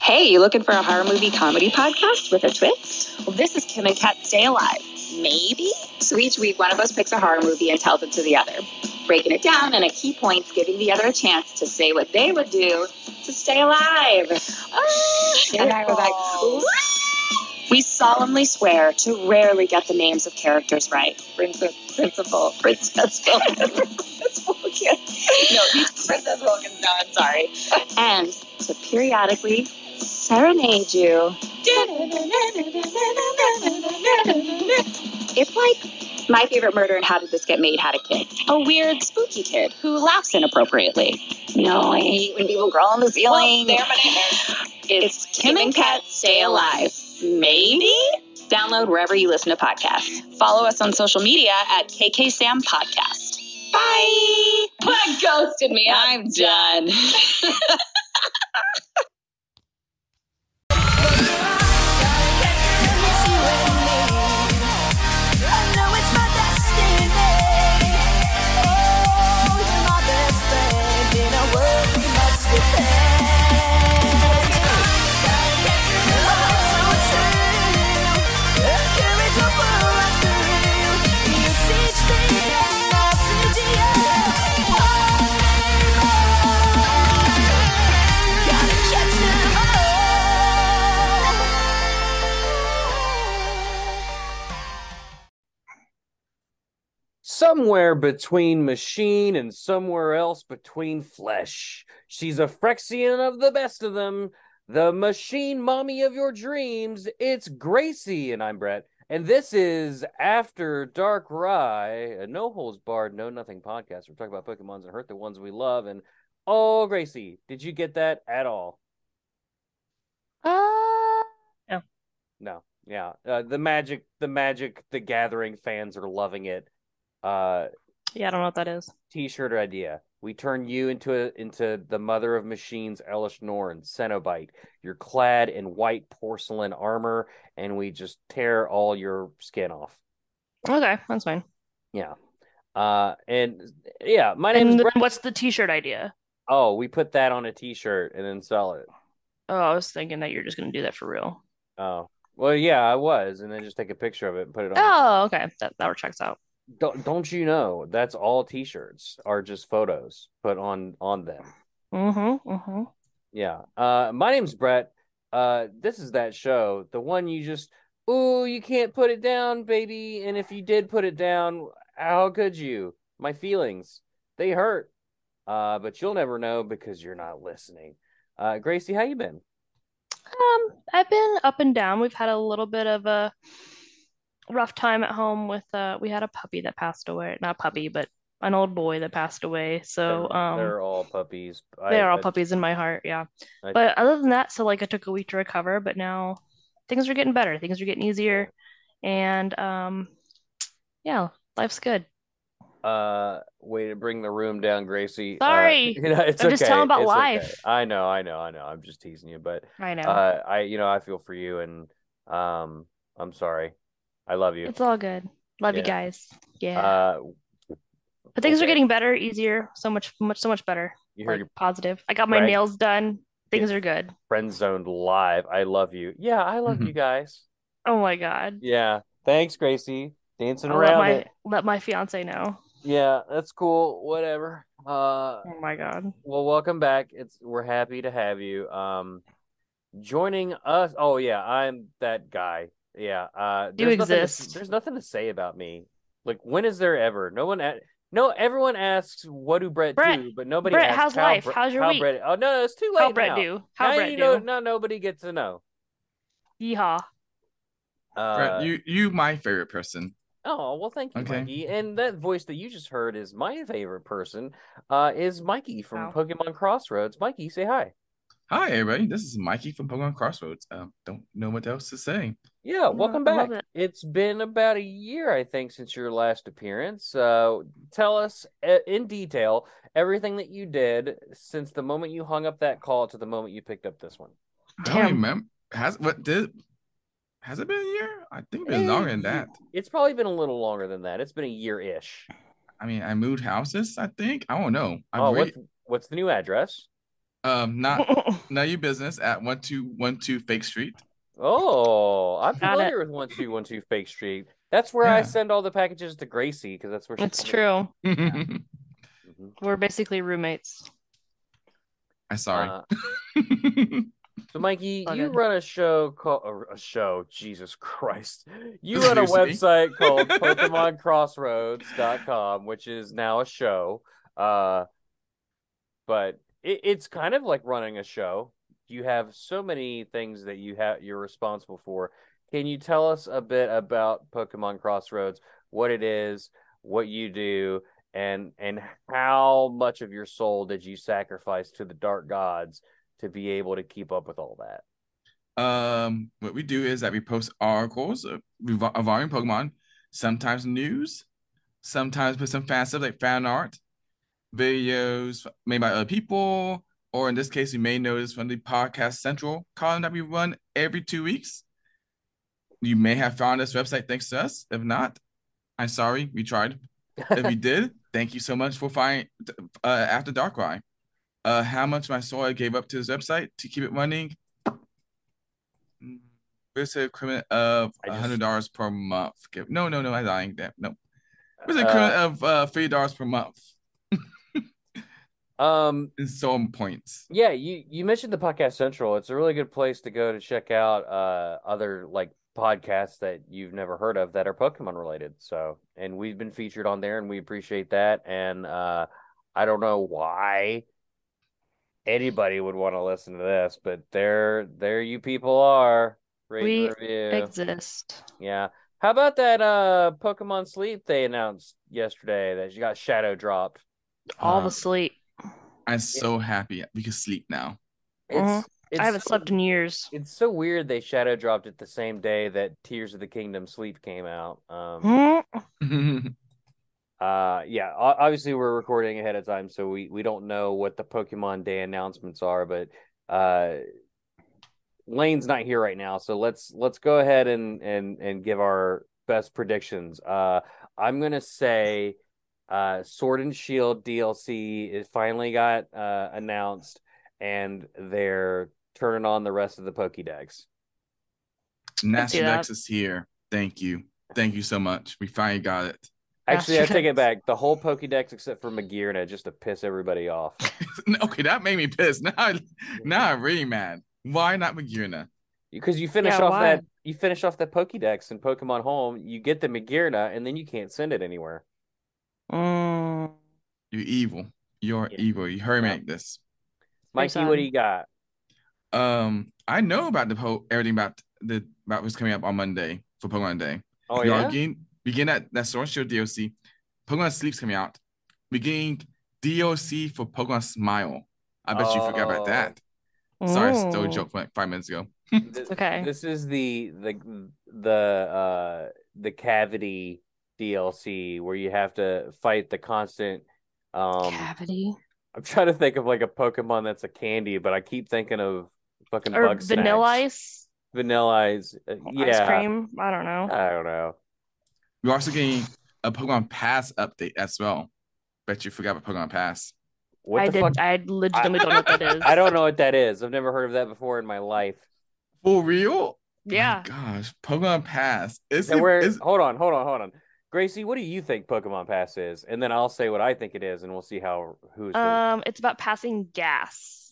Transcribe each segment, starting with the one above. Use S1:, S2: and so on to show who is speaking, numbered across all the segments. S1: Hey, you looking for a horror movie comedy podcast with a twist?
S2: Well, this is Kim and Kat Stay Alive.
S1: Maybe? So each week, one of us picks a horror movie and tells it to the other, breaking it down and at key points, giving the other a chance to say what they would do to stay alive. Ah, and I was like, "What?"
S2: We solemnly swear to rarely get the names of characters right.
S1: Princess, Principal, Princess Wilkins. Princess Wilkins. No, he's Princess Wilkins now, I'm sorry.
S2: And to periodically serenade you.
S1: It's like my favorite murder and how did this get made had a kid.
S2: A weird, spooky kid who laughs inappropriately.
S1: No, I hate when people growl on the ceiling.
S2: my neighbors. It's Kim and Kat Stay Alive.
S1: Maybe? Download wherever you listen to podcasts.
S2: Follow us on social media at KK Sam Podcast.
S1: Bye!
S2: Put ghosted me. I'm done.
S3: Oh,
S4: somewhere between machine and somewhere else between flesh. She's a Frexian of the best of them, the machine mommy of your dreams. It's Gracie, and I'm Brett. And this is After Dark Rye, a no holes barred, no nothing podcast. We're talking about Pokemons and hurt the ones we love. And oh, Gracie, did you get that at all?
S5: Uh,
S4: No. Yeah. Uh, the magic, the magic, the gathering fans are loving it. Uh,
S5: yeah, I don't know what that is.
S4: t-shirt idea. We turn you into a, into the mother of machines, Elish Norn, Cenobite. You're clad in white porcelain armor, and we just tear all your skin off.
S5: Okay, that's fine.
S4: Yeah. Uh, and yeah, my name is
S5: And then
S4: Brett.
S5: what's the T-shirt idea?
S4: Oh, we put that on a t-shirt and then sell it.
S5: Oh, I was thinking that you're just gonna do that for real.
S4: Oh, well, yeah, I was, and then just take a picture of it and put it on.
S5: Oh, okay, that that checks out.
S4: Don't, don't you know? That's all t-shirts are just photos put on on them.
S5: Mm-hmm. Mm-hmm.
S4: Yeah. Uh, my name's Brett. Uh, this is that show, the one you just, ooh, you can't put it down, baby. And if you did put it down, how could you? My feelings, they hurt. Uh, but you'll never know because you're not listening. Uh, Gracie, how you been?
S5: Um, I've been up and down. We've had a little bit of a rough time at home with uh we had a puppy that passed away. Not puppy, but an old boy that passed away. So
S4: they're,
S5: um
S4: they're all puppies. I-
S5: they are all
S4: I-
S5: puppies in my heart, yeah.
S4: I-
S5: But other than that, so like it took a week to recover, but now things are getting better. Things are getting easier. And um yeah, life's good.
S4: Uh, way to bring the room down, Gracie. Uh,
S5: Sorry.
S4: you know, it's
S5: I'm just
S4: okay.
S5: telling about
S4: It's okay.
S5: life.
S4: I know, I know, I know. I'm just teasing you, but
S5: I know.
S4: uh, I you know I feel for you and um I'm sorry. I love you.
S5: It's all good. Love you
S4: Yeah.
S5: guys. Yeah.
S4: Uh,
S5: but things are
S4: okay.
S5: getting better, easier, so much much so much better.
S4: you heard
S5: Like
S4: your
S5: positive. I got my
S4: Right.
S5: nails done. Things are good.
S4: friend zoned live. I love you. Yeah, I love you guys.
S5: Oh my god.
S4: Yeah, thanks, Gracie. Dancing
S5: I'll let
S4: around
S5: my
S4: it.
S5: let my fiance know.
S4: Yeah, that's cool. Whatever. Uh,
S5: Oh my god.
S4: well, welcome back. It's we're happy to have you. Um, joining us. Oh yeah, I'm that guy. Yeah. Uh,
S5: You
S4: there's nothing to-
S5: exist.
S4: there's nothing to say about me. Like, when is there ever? No one. a- no, everyone asks what do Brett,
S5: Brett,
S4: do, but nobody
S5: Brett,
S4: asks
S5: how's
S4: how
S5: life?
S4: Bre-
S5: How's your
S4: how
S5: week?
S4: Brett- oh no, it's too late.
S5: How Brett
S4: now.
S5: do? How
S4: now
S5: Brett
S4: you
S5: do?
S4: know, now nobody gets to know.
S5: Yeehaw.
S4: Uh,
S3: Brett, you you my favorite person.
S4: oh well, thank you,
S3: Okay.
S4: Mikey. And that voice that you just heard is my favorite person. Uh, is Mikey from
S5: Wow.
S4: Pokemon Crossroads. Mikey, say hi.
S3: Hi everybody, this is Mikey from Pokemon Crossroads. Um, don't know what else to say.
S4: Yeah,
S5: I
S4: welcome
S5: love
S4: back.
S5: it.
S4: It's been about a year, I think, since your last appearance. Uh, tell us uh, in detail everything that you did since the moment you hung up that call to the moment you picked up this one.
S3: I
S5: Damn.
S3: don't remember. Has what did? Has it been a year? I think it's been longer than
S4: Eh,
S3: that.
S4: It's probably been a little longer than that. It's been a year ish.
S3: I mean, I moved houses. I think I don't know. I
S4: Oh,
S3: re-
S4: what's, what's the new address?
S3: Um, not not your business at one two one two Fake Street.
S4: Oh, I'm
S5: Got
S4: familiar with one two one two Fake Street. That's where I
S3: Yeah.
S4: send all the packages to Gracie because that's where she
S5: it's true.
S3: Mm-hmm.
S4: Mhm.
S5: We're basically roommates.
S3: I sorry.
S4: Uh, so, Mikey,
S5: All
S4: you
S5: good.
S4: run a show called or a show. Jesus Christ, you run a
S3: Excuse
S4: website called PokemonCrossroads.com, which is now a show. Uh, but it, it's kind of like running a show. You have so many things that you have you're responsible for. Can you tell us a bit about Pokemon Crossroads? What it is, what you do, and and how much of your soul did you sacrifice to the dark gods to be able to keep up with all that?
S3: Um, what we do is that we post articles of revo- involving Pokemon, sometimes news, sometimes put some fan stuff like fan art, videos made by other people, or in this case, you may notice from the podcast central column that we run every two weeks. You may have found this website thanks to us. If not, I'm sorry, we tried. If you did, thank you so much for finding uh, After Dark Rye. Uh, how much my soul I gave up to this website to keep it running Mm, It's an equivalent of
S4: I just-
S3: hundred dollars per month. Give- No, no, no, I'm lying. That no. It's an equivalent of uh, three dollars per month
S4: Uh, um,
S3: in some points.
S4: yeah, you you mentioned the podcast central. It's a really good place to go to check out uh other like podcasts that you've never heard of that are Pokemon related. So, and we've been featured on there, and we appreciate that. And uh, I don't know why anybody would want to listen to this, but there there you people are. Rate and review.
S5: Exist.
S4: Yeah. How about that uh Pokemon Sleep they announced yesterday that you got shadow dropped?
S5: All
S3: Uh,
S5: the sleep.
S3: I'm so happy we can sleep now.
S4: It's,
S5: Mhm.
S4: it's
S5: I haven't
S4: so-
S5: slept in years.
S4: It's so weird they shadow dropped it the same day that Tears of the Kingdom Sleep came out. Um
S5: Hmm?
S4: uh yeah, o- obviously we're recording ahead of time so we we don't know what the Pokemon Day announcements are, but uh Lane's not here right now, so let's let's go ahead and and and give our best predictions. Uh I'm gonna say uh Sword and Shield DLC is finally got uh announced and they're turning on the rest of the Pokédex.
S5: see that.
S3: Nastidex is here. Thank you. Thank you so much. We finally got it.
S4: Actually, I take it
S5: Pokédex.
S4: back. The whole Pokédex except for Magearna just to piss everybody off.
S3: okay, that made me pissed. Now, I, now I'm really mad. Why not Magirna?
S4: Because you finish
S5: Yeah,
S4: off
S5: why?
S4: that you finish off that Pokédex in Pokemon Home, you get the Magearna and then you can't send it anywhere.
S5: Mm.
S3: You're evil. You're
S4: Yeah.
S3: evil. You heard me
S4: Yeah.
S3: like this.
S4: Mikey, what do you got?
S3: Um, I know about the whole everything about the about what's coming up on Monday for Pokemon Day.
S4: Oh
S3: we
S4: yeah.
S3: are getting we getting that, that Sword and Shield DLC. Pokemon Sleep's coming out. We're getting DLC for Pokemon Smile. I bet you forgot
S4: Oh.
S3: about that. Sorry, I stole a
S5: Mm.
S3: joke from like five minutes ago.
S4: Th-
S5: okay.
S4: This is the the the uh the cavity DLC where you have to fight the constant um
S5: Cavity.
S4: I'm trying to think of like a Pokemon that's a candy, but I keep thinking of fucking
S5: Or
S4: bug
S5: vanilla
S4: snacks.
S5: ice?
S4: Vanilla ice. uh,
S5: Ice
S4: Yeah. Uh,
S5: cream? I don't know.
S4: I don't know.
S3: We're also getting a Pokemon Pass update as well. Bet you forgot about Pokemon Pass.
S4: What
S5: I
S4: the
S5: did.
S4: fuck?
S5: I legitimately don't know what that is.
S4: I don't know what that is. I've never heard of that before in my life.
S3: For real? My
S5: Yeah.
S3: gosh, Pokemon Pass. Is
S4: And
S3: it,
S4: we're,
S3: is,
S4: hold on, hold on, hold on. Gracie, what do you think Pokemon Pass is? And then I'll say what I think it is, and we'll see how who's. the
S5: Um, it's about passing gas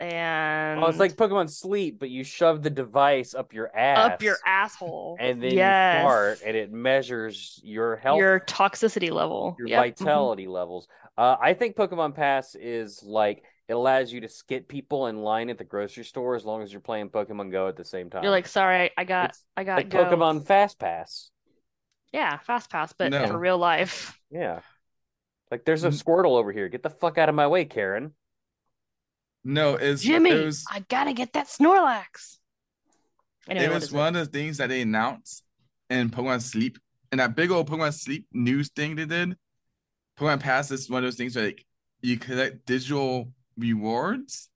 S5: and
S4: oh, it's like Pokemon Sleep, but you shove the device up your ass,
S5: Um, up your asshole.
S4: and then
S5: yes.
S4: you fart, and it measures your health,
S5: your toxicity level.
S4: your
S5: Yep.
S4: vitality levels. Uh, I think Pokemon Pass is like it allows you to skip people in line at the grocery store as long as you're playing Pokemon Go at the same time.
S5: Mm-hmm. You're like, sorry, I got,
S4: It's
S5: I got
S4: like
S5: go.
S4: Pokemon Fast Pass.
S5: Yeah, fast pass, but
S3: No.
S5: for real life.
S4: Yeah. Like there's a
S3: Mm.
S4: Squirtle over here. Get the fuck out of my way, Karen.
S3: no, it's
S5: Jimmy,
S3: it was,
S5: I gotta get that Snorlax. Anyway,
S3: it
S5: what
S3: was
S5: is
S3: one of the things that they announced in Pokemon Sleep, and that big old Pokemon Sleep news thing they did. Pokemon Pass is one of those things where like you collect digital rewards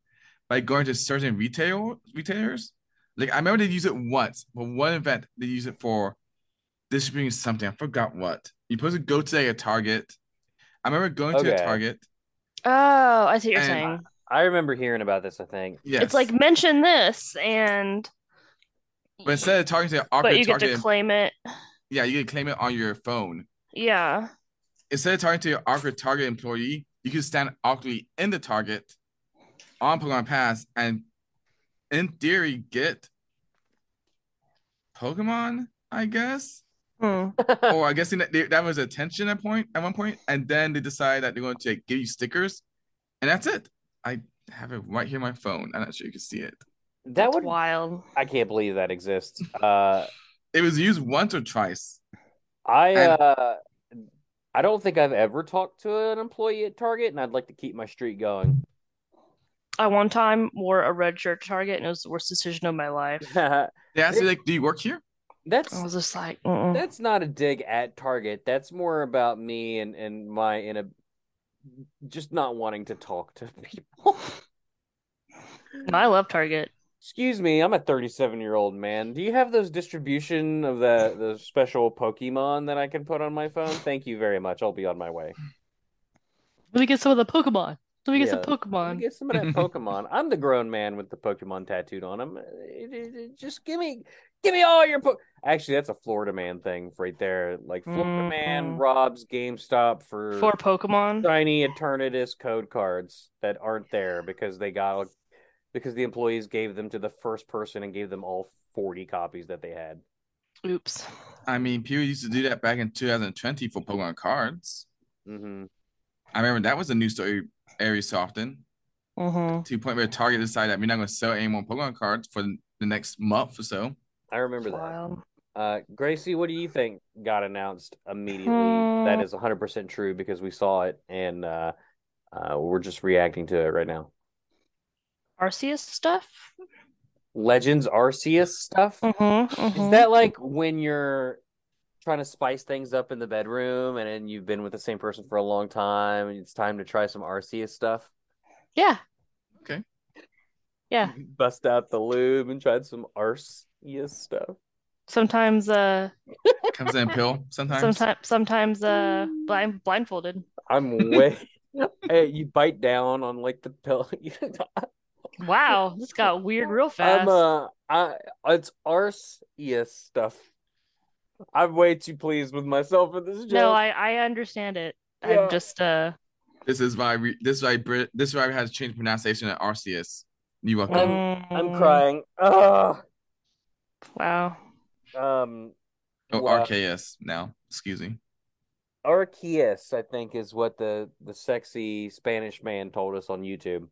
S3: by going to certain retail retailers. Like I remember they used it once, but one event they used it for distributing something. I forgot what. You're supposed to go to like, a Target. I remember going to
S4: Okay.
S3: a Target
S5: Oh, I see what you're
S3: And-
S5: saying.
S4: I remember hearing about this. I think
S3: Yes.
S5: It's like mention this and
S3: but instead of talking to the
S5: but
S3: Arco,
S5: you get to
S3: target-
S5: claim it.
S3: yeah, you can claim it on your phone.
S5: Yeah.
S3: Instead of talking to your awkward target employee, you can stand awkwardly in the target on Pokemon Pass and, in theory, get Pokemon, I guess.
S5: Hmm.
S3: or I guess in that, they, that was attention at point at one point, and then they decide that they're going to give you stickers, and that's it. I have it right here on my phone. I'm not sure you can see it.
S4: that
S5: That's
S4: would.
S5: wild.
S4: I can't believe that exists. Uh,
S3: It was used once or twice.
S4: I
S3: And-
S4: uh, I don't think I've ever talked to an employee at Target, and I'd like to keep my streak going.
S5: I one time wore a red shirt to Target and it was the worst decision of my life.
S4: that's
S3: They asked me like, "Do you work here?"
S5: I was just like, mm
S4: that's not a dig at Target. That's more about me and and my in a just not wanting to talk to people.
S5: I love Target.
S4: Excuse me, I'm a 37 year old man. Do you have those distribution of the the special Pokemon that I can put on my phone? Thank you very much. I'll be on my way.
S5: Let me get some of the Pokemon. Let me get some
S4: Yeah. Let me
S5: Pokemon.
S4: Get some of that Pokemon. I'm the grown man with the Pokemon tattooed on him. It- it- it- Just give me, give me all your. Po- Actually, that's a Florida man thing right there. Like Florida man
S5: Mm.
S4: robs GameStop for
S5: Four Pokemon.
S4: shiny Eternatus code cards that aren't there because they got because the employees gave them to the first person and gave them all 40 copies that they had.
S5: Oops.
S3: I mean, people used to do that back in 2020 for Pokemon cards.
S4: Mm-hmm.
S3: I remember that was a news story every so often.
S5: Mm-hmm.
S3: To the point where Target decided that we're not going to sell any more Pokemon cards for the next month or so.
S4: I remember that.
S5: Wild.
S4: Uh, Gracie, what do you think got announced immediately?
S5: Hmm.
S4: That is 100% true because we saw it and uh, uh, we're just reacting to it right now.
S5: Arceus stuff?
S4: Legends Arceus stuff?
S5: Mm-hmm.
S4: Is that like when you're trying to spice things up in the bedroom and then you've been with the same person for a long time and it's time to try some Arceus stuff?
S5: mm-hmm. Yeah.
S3: Okay.
S5: Yeah.
S4: Bust out the lube and tried some Arceus stuff.
S5: Sometimes uh
S3: Comes in a pill sometimes.
S5: sometimes sometimes uh blind blindfolded.
S4: I'm way. Hey, you bite down on like the pill.
S5: Wow, this got weird real fast.
S4: I'm uh, I it's Arceus stuff. I'm way too pleased with myself with this joke.
S5: No, I I understand it.
S4: Yeah.
S5: I'm just uh
S3: This is why we, this is why Brit, this is why we had to change pronunciation at RCS. You welcome.
S4: I'm
S5: mm,
S4: crying. Ugh.
S5: Wow.
S4: Um,
S3: Oh,
S4: Wow.
S3: RKS now. Excuse me.
S4: Arceus, I think, is what the the sexy Spanish man told us on YouTube.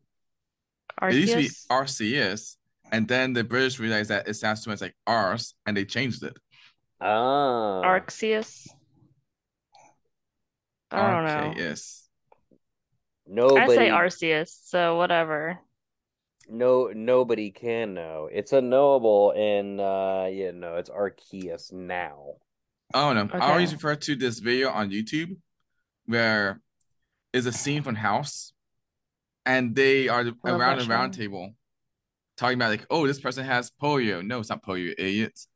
S3: It used to be
S5: Arceus.
S3: RCS, and then the British realized that it sounds too much like Ars, and they changed it.
S4: Ah,
S5: Arceus. I don't know.
S3: RKS.
S5: I
S4: nobody,
S5: say Arceus, so whatever.
S4: no, nobody can know. It's unknowable, and uh, yeah, no, it's Arceus now.
S3: I don't know. I always
S5: Okay.
S3: refer to this video on YouTube where is a scene from House, and they are around
S5: that
S3: a round
S5: show.
S3: table talking about like, oh, this person has polio. No, it's not polio, you idiots.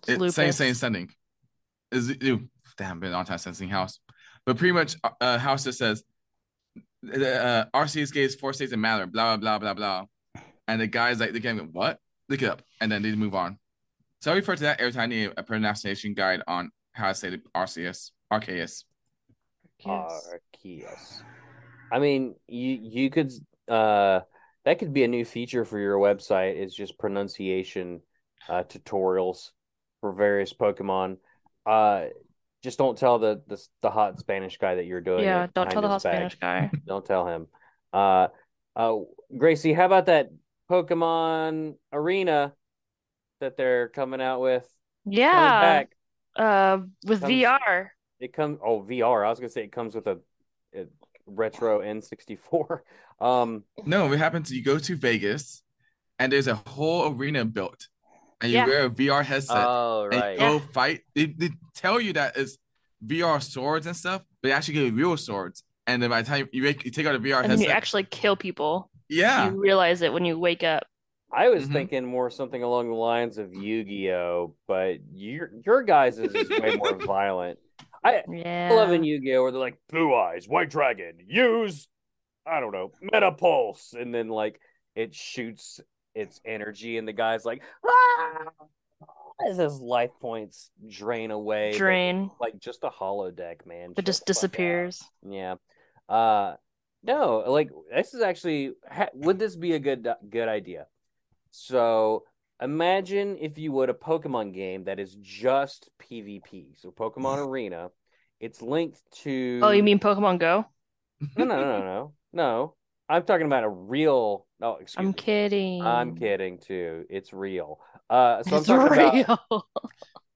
S5: It's
S3: It's saying
S5: lupus.
S3: saying something. Is it, ew, damn been a long time since seeing House, but pretty much uh, uh, House just says uh, RCS gave four states that matter. Blah blah blah blah blah, and the guys like they can't go what? Look it up, and then they move on. So I refer to that every time I need a pronunciation guide on how I say the RCS RKS.
S5: Arceus.
S4: Arceus. I mean, you you could uh that could be a new feature for your website is just pronunciation uh tutorials for various Pokemon. Uh just don't tell the the, the hot Spanish guy that you're doing.
S5: Yeah,
S4: it
S5: don't
S4: behind
S5: tell the
S4: his
S5: hot
S4: back.
S5: Spanish guy.
S4: Don't tell him. Uh uh Gracie, how about that Pokemon Arena that they're coming out with? Coming
S5: Yeah.
S4: back.
S5: Uh with
S4: Comes-
S5: VR.
S4: It comes oh VR. I was gonna say it comes with a, a retro N64. Um,
S3: No, what happens? You go to Vegas, and there's a whole arena built, and you
S5: Yeah.
S3: wear a VR headset.
S4: oh
S3: and
S4: right.
S3: go fight. They, they tell you that it's VR swords and stuff, but they actually give you real swords. And then by the time you, make, you take out a VR
S5: And then you
S3: headset,
S5: actually kill people.
S3: yeah,
S5: You realize it when you wake up.
S4: I was
S3: Mhm.
S4: thinking more something along the lines of Yu-Gi-Oh, but your your guys is, is way more violent. I
S5: Yeah.
S4: love in Yu-Gi-Oh where they're like blue eyes, white dragon, use I don't know, meta pulse, and then like it shoots its energy, and the guy's like, ah! as his life points drain away, but
S5: Drain
S4: like just a hollow deck, man.
S5: that
S4: Shut
S5: just
S4: the fuck up.
S5: disappears.
S4: Yeah. Uh no, like this is actually ha- would this be a good uh, good idea? So imagine if you would a Pokemon game that is just PvP. So Pokemon Arena, it's linked to
S5: Oh, you mean Pokemon Go?
S4: No, no, no, no, no. No. I'm talking about a real No, excuse
S5: I'm
S4: me.
S5: kidding.
S4: I'm kidding too. It's real. Uh so
S5: It's
S4: I'm talking about
S5: real.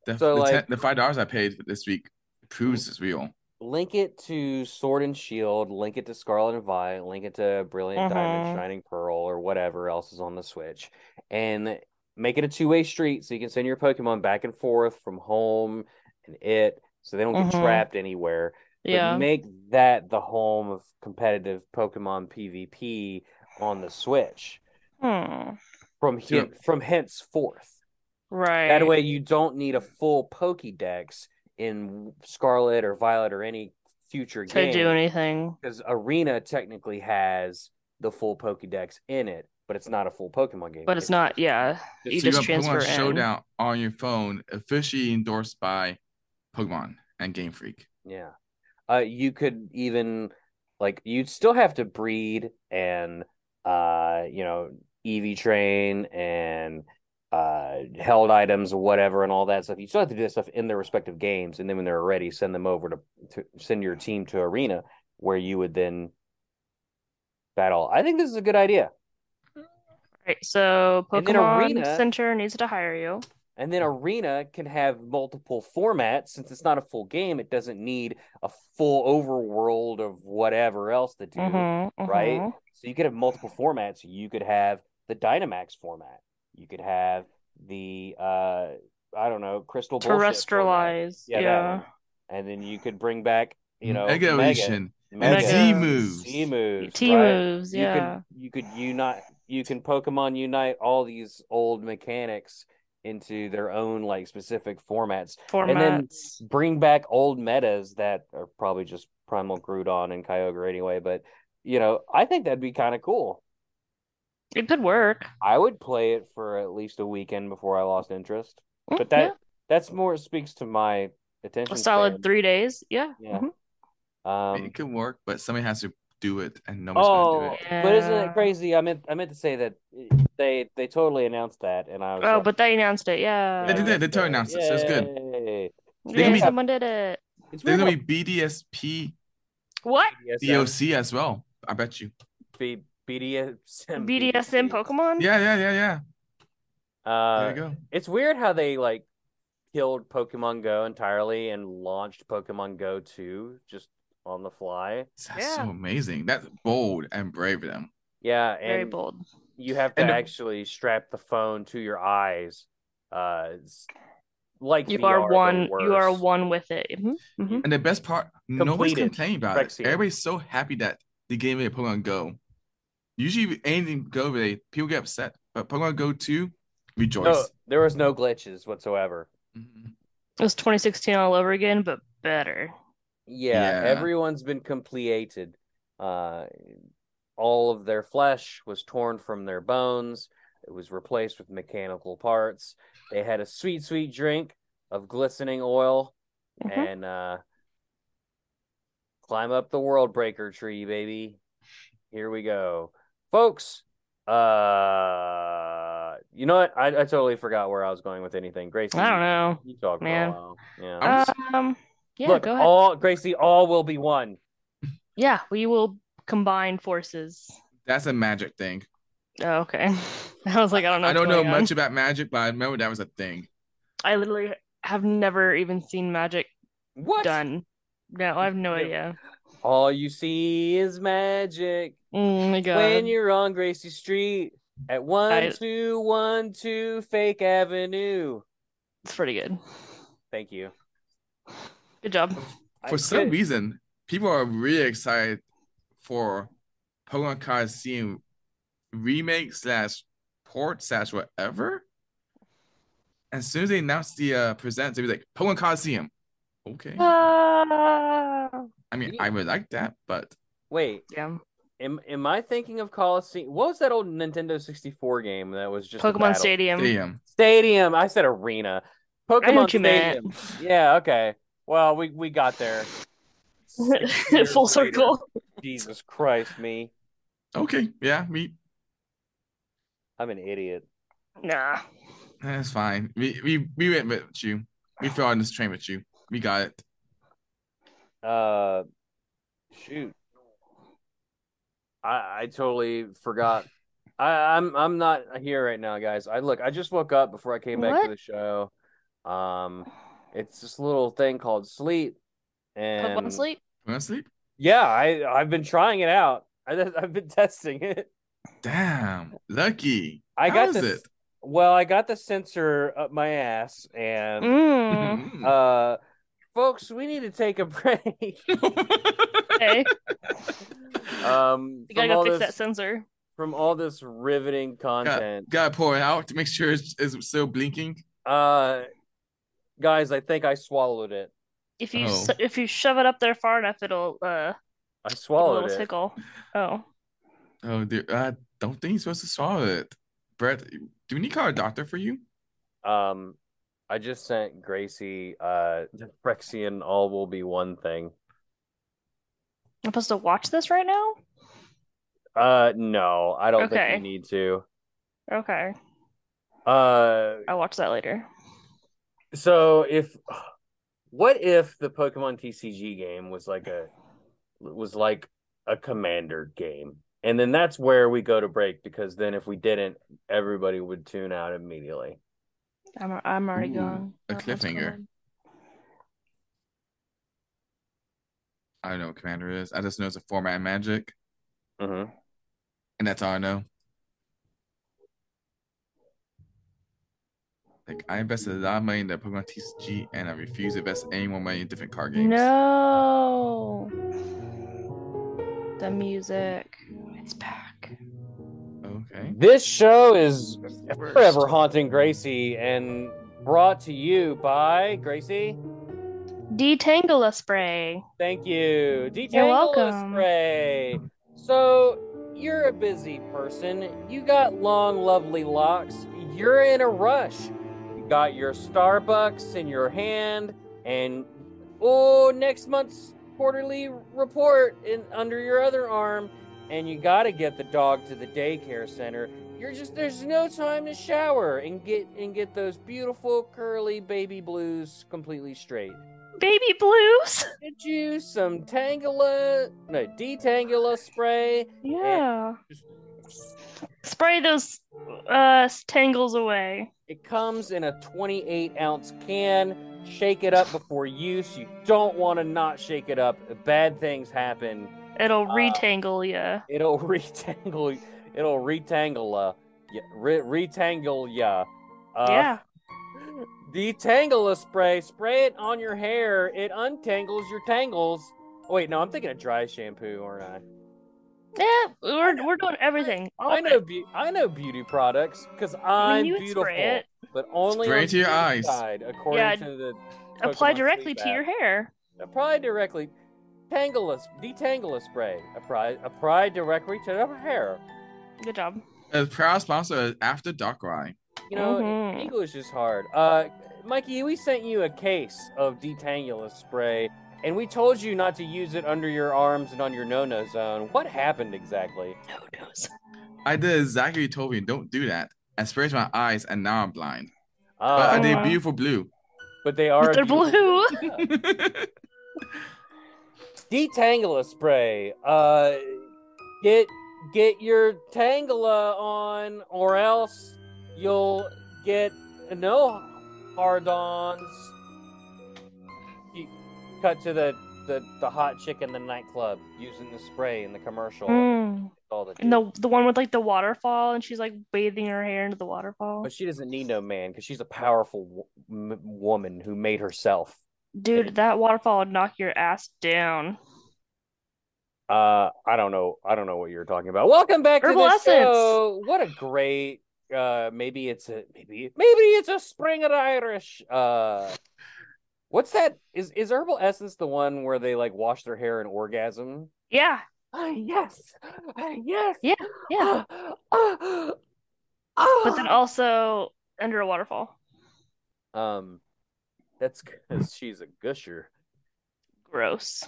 S3: The,
S4: So,
S3: the,
S4: like-
S3: ten, the five dollars I paid this week proves it's real.
S4: link it to Sword and Shield, link it to Scarlet and Violet, link it to Brilliant
S5: Mhm.
S4: Diamond, Shining Pearl, or whatever else is on the Switch, and make it a two way street so you can send your Pokemon back and forth from home and it so they don't get
S5: Mhm.
S4: trapped anywhere. But
S5: Yeah.
S4: make that the home of competitive Pokemon PvP on the Switch
S5: Hmm.
S4: from
S3: Sure.
S4: hen- from henceforth.
S5: Right.
S4: That way, you don't need a full Pokédex in Scarlet or Violet or any future
S5: to
S4: game
S5: do anything.
S4: because Arena technically has the full Pokédex in it, but it's not a full Pokemon game.
S5: But it's not, yeah. You just
S3: so you got
S5: transfer
S3: Pokemon
S5: in.
S3: Showdown on your phone, officially endorsed by Pokemon and Game Freak.
S4: Yeah. Uh, you could even like you'd still have to breed and uh, you know, EV train and uh held items or whatever and all that stuff. You still have to do that stuff in their respective games, and then when they're ready, send them over to, to send your team to arena where you would then battle. I think this is a good idea.
S5: Right. So
S4: And then
S5: Pokemon
S4: Arena-
S5: Center needs to hire you.
S4: And then Arena can have multiple formats since it's not a full game. It doesn't need a full overworld of whatever else to do.
S5: Mhm,
S4: right?
S5: mhm.
S4: So you could have multiple formats. You could have the Dynamax format. You could have the uh I don't know, crystal bullshit format.
S5: Terrestrialize.
S4: Yeah,
S5: Yeah.
S4: that one. And then you could bring back, you know,
S3: Mega Evolution and
S5: Mega.
S3: Z moves.
S4: Z moves.
S5: T
S4: right?
S5: moves.
S4: You
S5: Yeah.
S4: could you could unite you can Pokemon unite all these old mechanics into their own like specific formats.
S5: Formats.
S4: and then- Bring back old metas that are probably just Primal Groudon and Kyogre anyway, but you know, I think that'd be kind of cool.
S5: It could work.
S4: I would play it for at least a weekend before I lost interest.
S5: Mm,
S4: But that
S5: yeah.
S4: that's more speaks to my attention
S5: a solid
S4: span.
S5: three days. Yeah.
S4: Yeah.
S5: mhm.
S4: Um,
S3: it could work, but somebody has to do it, and nobody's gonna
S4: oh,
S3: do it.
S4: but isn't
S5: Yeah.
S4: it crazy? I meant I meant to say that they they totally announced that, and I was
S5: Oh,
S4: like,
S5: but they announced it. Yeah.
S4: Uh,
S3: They did that. They totally announced it, so it's good.
S4: Yay.
S3: gonna
S5: Yay,
S3: be-
S5: someone did it.
S4: It's
S3: There's
S4: weird
S3: gonna be BDSP
S5: What?
S4: how BDSM,
S3: DOC as well. I bet you.
S4: B- BDSM,
S5: BDSM Pokemon?
S3: Yeah, yeah, yeah, yeah. There
S4: Uh,
S3: you go.
S4: it's weird how they like killed Pokemon Go entirely and launched Pokemon Go 2 just on the fly.
S3: That's
S5: yeah.
S3: so amazing. That's bold and brave of them.
S4: Yeah,
S5: Very
S4: and
S5: bold.
S4: you have to
S3: And the-
S4: actually strap the phone to your eyes uh s- like
S5: You
S4: VR,
S5: are
S4: but
S5: one. You are
S4: worse.
S5: one with it. Mhm,
S2: Mm-hmm.
S5: mhm.
S3: And the best part, nobody's
S4: Completed.
S3: complaining about
S4: Brexit.
S3: it. Everybody's so happy that the game made Pokemon Go. Usually, anything Go related, people get upset, but Pokemon Go 2, rejoice.
S4: no, there was no glitches whatsoever
S3: Mhm.
S5: It was 2016 all over again, but better.
S4: yeah,
S3: Yeah.
S4: everyone's been completed uh all of their flesh was torn from their bones it was replaced with mechanical parts they had a sweet sweet drink of glistening oil
S5: Mhm.
S4: and uh climb up the world breaker tree baby here we go folks uh you know what i, I totally forgot where i was going with anything gracie
S5: I don't know.
S4: you talk for a
S5: man.
S4: while yeah
S3: I'm s-
S5: Um. Yeah.
S4: look
S5: go ahead.
S4: all gracie all will be one
S5: Yeah, we will combine forces.
S3: That's a magic thing.
S5: Oh, okay. I was like, I don't know.
S3: I don't
S5: what's
S3: know
S5: going on.
S3: much about magic, but I remember that was a thing.
S5: I literally have never even seen magic
S4: what
S5: done. No, I have no
S4: Yeah.
S5: idea.
S4: all you see is magic
S5: Oh my god.
S4: when you're on gracie street at
S5: I-
S4: one two one two fake avenue
S5: It's pretty good.
S4: thank you
S5: Good job.
S4: I
S3: For some
S4: could-
S3: reason, people are really excited for Pokemon Coliseum remake slash port slash whatever. As soon as they announced the uh, presents, they be like Pokemon Coliseum. Okay.
S5: Ah,
S3: I mean,
S4: Yeah.
S3: I would like that, but
S4: wait
S5: yeah.
S4: Am, am I thinking of Coliseum? What was that old Nintendo 64 game that was just a
S5: Pokemon
S4: battle?
S5: Stadium.
S3: Damn.
S4: Stadium. I said arena. Pokemon
S5: I know what you
S4: Stadium.
S5: meant.
S4: Yeah, okay. Well, we we got there. Six years
S5: Full
S4: later.
S5: circle.
S4: Jesus Christ, me.
S3: Okay. Yeah. Me.
S4: I'm an idiot.
S5: Nah.
S3: That's fine. We we we went with you. We fell on this train with you. We got it.
S4: Uh shoot. I I totally forgot. I, I'm I'm not here right now, guys. I look, I just woke up before I came back to
S5: What?
S4: the show. Um it's this little thing called sleep. And
S5: Pokemon Sleep.
S3: Want to sleep?
S4: Yeah, I I've been trying it out. I, I've been testing it.
S3: Damn. Lucky.
S4: I
S3: How
S4: got
S3: is
S4: this.
S3: it?
S4: Well, I got the sensor up my ass, and
S5: Mm.
S4: uh, folks, we need to take a break.
S5: Okay.
S4: um,
S5: You
S4: from
S5: gotta go
S4: all
S5: fix that
S4: this
S5: sensor.
S4: from all this riveting content,
S3: Gotta pour it out to make sure it's, it's still blinking.
S4: uh, guys, I think I swallowed it.
S5: If you
S3: Oh.
S5: s if you shove it up there far enough, it'll uh give a
S4: I
S5: little
S4: swallowed it.
S5: tickle. Oh,
S3: Oh, dude. I don't think you're supposed to swallow it. Brett, do we need to call a doctor for you?
S4: Um, I just sent Gracie uh Frexian all will be one thing.
S5: I'm supposed to watch this right now?
S4: Uh, no, I don't think
S5: Okay.
S4: you need to.
S5: Okay,
S4: Uh,
S5: I'll watch that later.
S4: So if what if the Pokemon TCG game was like a was like a commander game? And then that's where we go to break because then if we didn't, everybody would tune out immediately.
S5: I'm I'm already
S3: Ooh,
S5: gone. Oh,
S3: a
S5: I don't know what's
S3: cliffhanger.
S5: going
S3: I don't know what commander is. I just know it's a format in magic,
S4: Mm-hmm.
S3: and that's all I know. Like I invested a lot of money in the Pokemon TCG and I refuse to invest any more money in different card
S5: on.
S3: games.
S5: No, the music. It's back.
S3: Okay.
S4: This show is
S3: Worst.
S4: forever haunting Gracie and brought to you by Gracie.
S5: Detangle a spray.
S4: Thank you. Detangle
S5: You're welcome.
S4: Spray. So you're a busy person. You got long, lovely locks. You're in a rush. You got your Starbucks in your hand, and oh, next month's quarterly report in under your other arm, and you got to get the dog to the daycare center. You're just there's no time to shower and get and get those beautiful curly baby blues completely straight.
S5: Baby blues.
S4: Get you some Tangela, no, Detangela spray.
S5: Yeah. Spray those uh tangles away.
S4: It comes in a 28 ounce can. Shake it up before use. You don't want to not shake it up. Bad things happen.
S5: It'll
S4: Uh,
S5: retangle ya.
S4: It'll retangle. It'll retangle. Uh, yeah, re- retangle. Yeah. Uh,
S5: yeah.
S4: Detangle a spray. Spray it on your hair. It untangles your tangles. Oh, wait, no, I'm thinking of dry shampoo, aren't I?
S5: Yeah, we're we're doing everything. All
S4: I
S5: of
S4: know
S5: it.
S4: be- I know beauty products because
S5: I
S4: I'm
S5: mean, you would
S4: beautiful,
S5: spray it.
S4: but only
S3: Spray
S4: on
S3: to your
S4: the
S3: eyes.
S4: Side, according
S5: Yeah,
S4: to the
S5: Apply
S4: Pokemon
S5: directly
S4: sleep
S5: to your
S4: app.
S5: hair.
S4: apply directly. Tangle a, detangle a spray. Apply apply directly to the hair.
S5: Good job.
S3: A proud sponsor is After Dark Rye.
S4: You know,
S5: Mhm.
S4: English is hard. Uh, Mikey, we sent you a case of detangulus spray, and we told you not to use it under your arms and on your no-no zone. What happened exactly?
S5: No nose.
S3: I did exactly what you told me. Don't do that. I sprayed my eyes and now I'm blind. But
S4: Uh,
S3: I
S5: Oh,
S3: did
S5: wow.
S3: beautiful blue.
S4: but they are
S5: They're
S4: beautiful-
S5: blue.
S4: Yeah.
S3: That's
S4: detangler spray. Uh, get get your tangler on, or else you'll get no hard ons. You Cut to the, the the hot chick in the nightclub using the spray in the commercial.
S5: Mm.
S4: All the
S5: And the the one with like the waterfall, and she's like bathing her hair into the waterfall.
S4: but she doesn't need no man because she's a powerful wo- m- woman who made herself.
S5: Dude, that waterfall would knock your ass down.
S4: Uh, I don't know. I don't know what you're talking about. Welcome back
S5: Herbal
S4: to the
S5: Essence.
S4: show. What a great. Uh, maybe it's a maybe maybe it's a spring at Irish. Uh, what's that? Is is herbal essence the one where they like wash their hair and orgasm?
S5: Yeah,
S4: Uh, yes. Uh, yes.
S5: Yeah, yeah.
S4: Uh, uh, uh.
S5: But then also under a waterfall.
S4: um, that's because she's a gusher.
S5: Gross.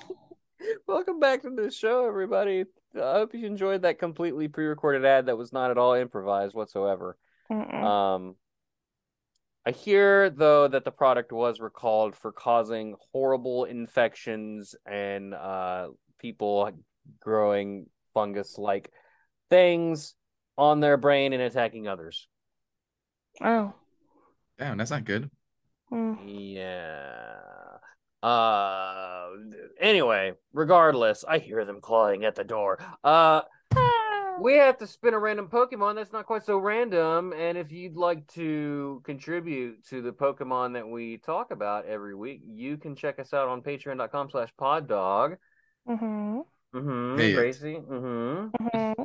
S4: Welcome back to the show, everybody. I hope you enjoyed that completely pre-recorded ad that was not at all improvised whatsoever.
S5: Mm-mm.
S4: Um, I hear though that the product was recalled for causing horrible infections and uh, people growing fungus-like things on their brain and attacking others.
S5: Oh.
S3: Damn, that's not good.
S5: Mm.
S4: Yeah. Uh. Anyway, regardless, I hear them clawing at the door. Uh. We have to spin a random Pokemon that's not quite so random. And if you'd like to contribute to the Pokemon that we talk about every week, you can check us out on patreon.com slash poddog.
S5: Mm-hmm.
S4: Mm-hmm.
S3: Hey, it.
S4: Gracie. Mm-hmm.
S5: Mm-hmm.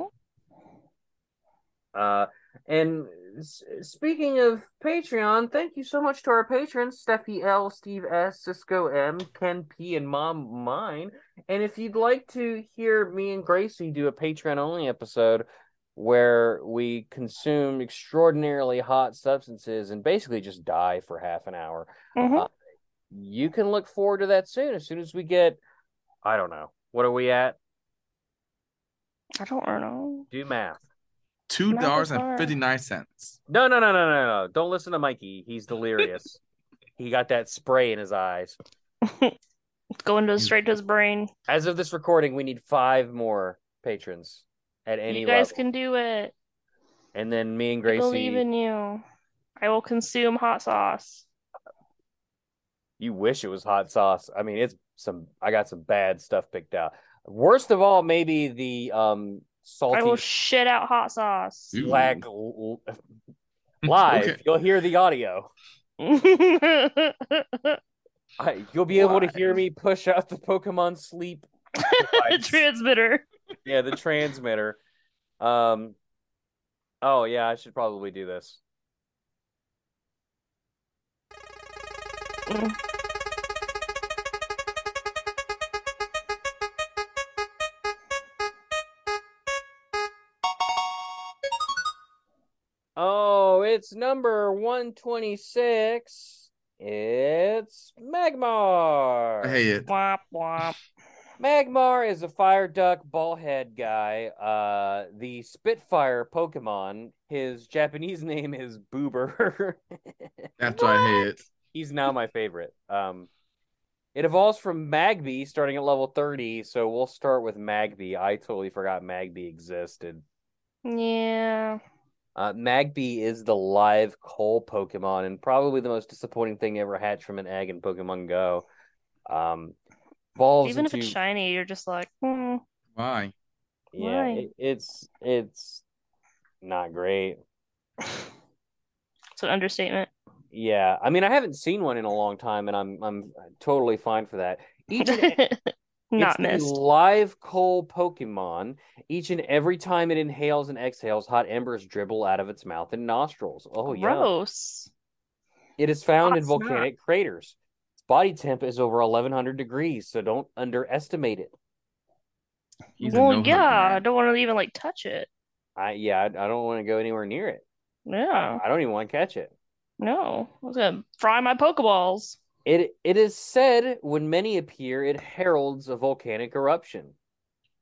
S4: Uh, and s- speaking of Patreon, thank you so much to our patrons, Steffi L, Steve S, Cisco M, Ken P, and Mom Mine. And if you'd like to hear me and Gracie do a Patreon only episode where we consume extraordinarily hot substances and basically just die for half an hour,
S5: Mm-hmm.
S4: you can look forward to that soon. As soon as we get, I don't know, what are we at?
S5: I don't know.
S4: Do math.
S3: Two
S5: Not
S3: dollars
S5: that far.
S3: and fifty nine cents.
S4: No, no, no, no, no, no. Don't listen to Mikey. He's delirious. he got that spray in his eyes.
S5: It's going to
S3: You-
S5: straight to his brain.
S4: As of this recording, we need five more patrons at any
S5: you guys
S4: level.
S5: can do it.
S4: And then me and
S5: I believe
S4: Gracie,
S5: in you. I will consume hot sauce.
S4: you wish it was hot sauce. I mean, it's some, I got some bad stuff picked out. Worst of all, maybe the um
S5: I will
S4: salty
S5: shit out hot sauce.
S3: Ooh.
S4: black l- l- live.
S3: Okay.
S4: You'll hear the audio. I, you'll be able to hear
S5: Live.
S4: me push out the Pokemon sleep Device.
S5: Transmitter.
S4: yeah the transmitter um oh yeah i should probably do this
S5: Mm.
S4: oh it's number 126 it's magmar
S3: I hate it.
S5: Womp womp.
S4: Magmar is a fire duck ballhead guy, uh, the Spitfire Pokemon. His Japanese name is Boober.
S3: That's why I hate it.
S4: He's now my favorite. Um, it evolves from Magby starting at level 30, so we'll start with Magby. I totally forgot Magby existed.
S5: Yeah.
S4: Uh, Magby is the live coal Pokemon and probably the most disappointing thing ever hatched from an egg in Pokemon Go. Um, evolves
S5: Even if it's
S4: into-
S5: shiny, you're just like, hmm.
S3: Why?
S4: Yeah,
S5: Right.
S4: it, it's it's not great.
S5: it's an understatement.
S4: Yeah, I mean, I haven't seen one in a long time, and I'm I'm totally fine for that. Each and
S5: Not
S4: it's a
S5: missed.
S4: live coal Pokemon. Each and every time it inhales and exhales, hot embers dribble out of its mouth and nostrils. Oh yeah,
S5: Gross.
S4: it is found
S5: Hot
S4: in volcanic craters. Its body temp is over 1100 degrees, so don't underestimate it.
S3: He's a
S5: well,
S3: no-hunt
S5: yeah. I
S3: man.
S5: don't want to even like touch it.
S4: I yeah, I, I don't want to go anywhere near it.
S5: Yeah.
S4: I, I don't even want to catch it.
S5: No. I was gonna fry my Pokeballs.
S4: It it is said when many appear, it heralds a volcanic eruption.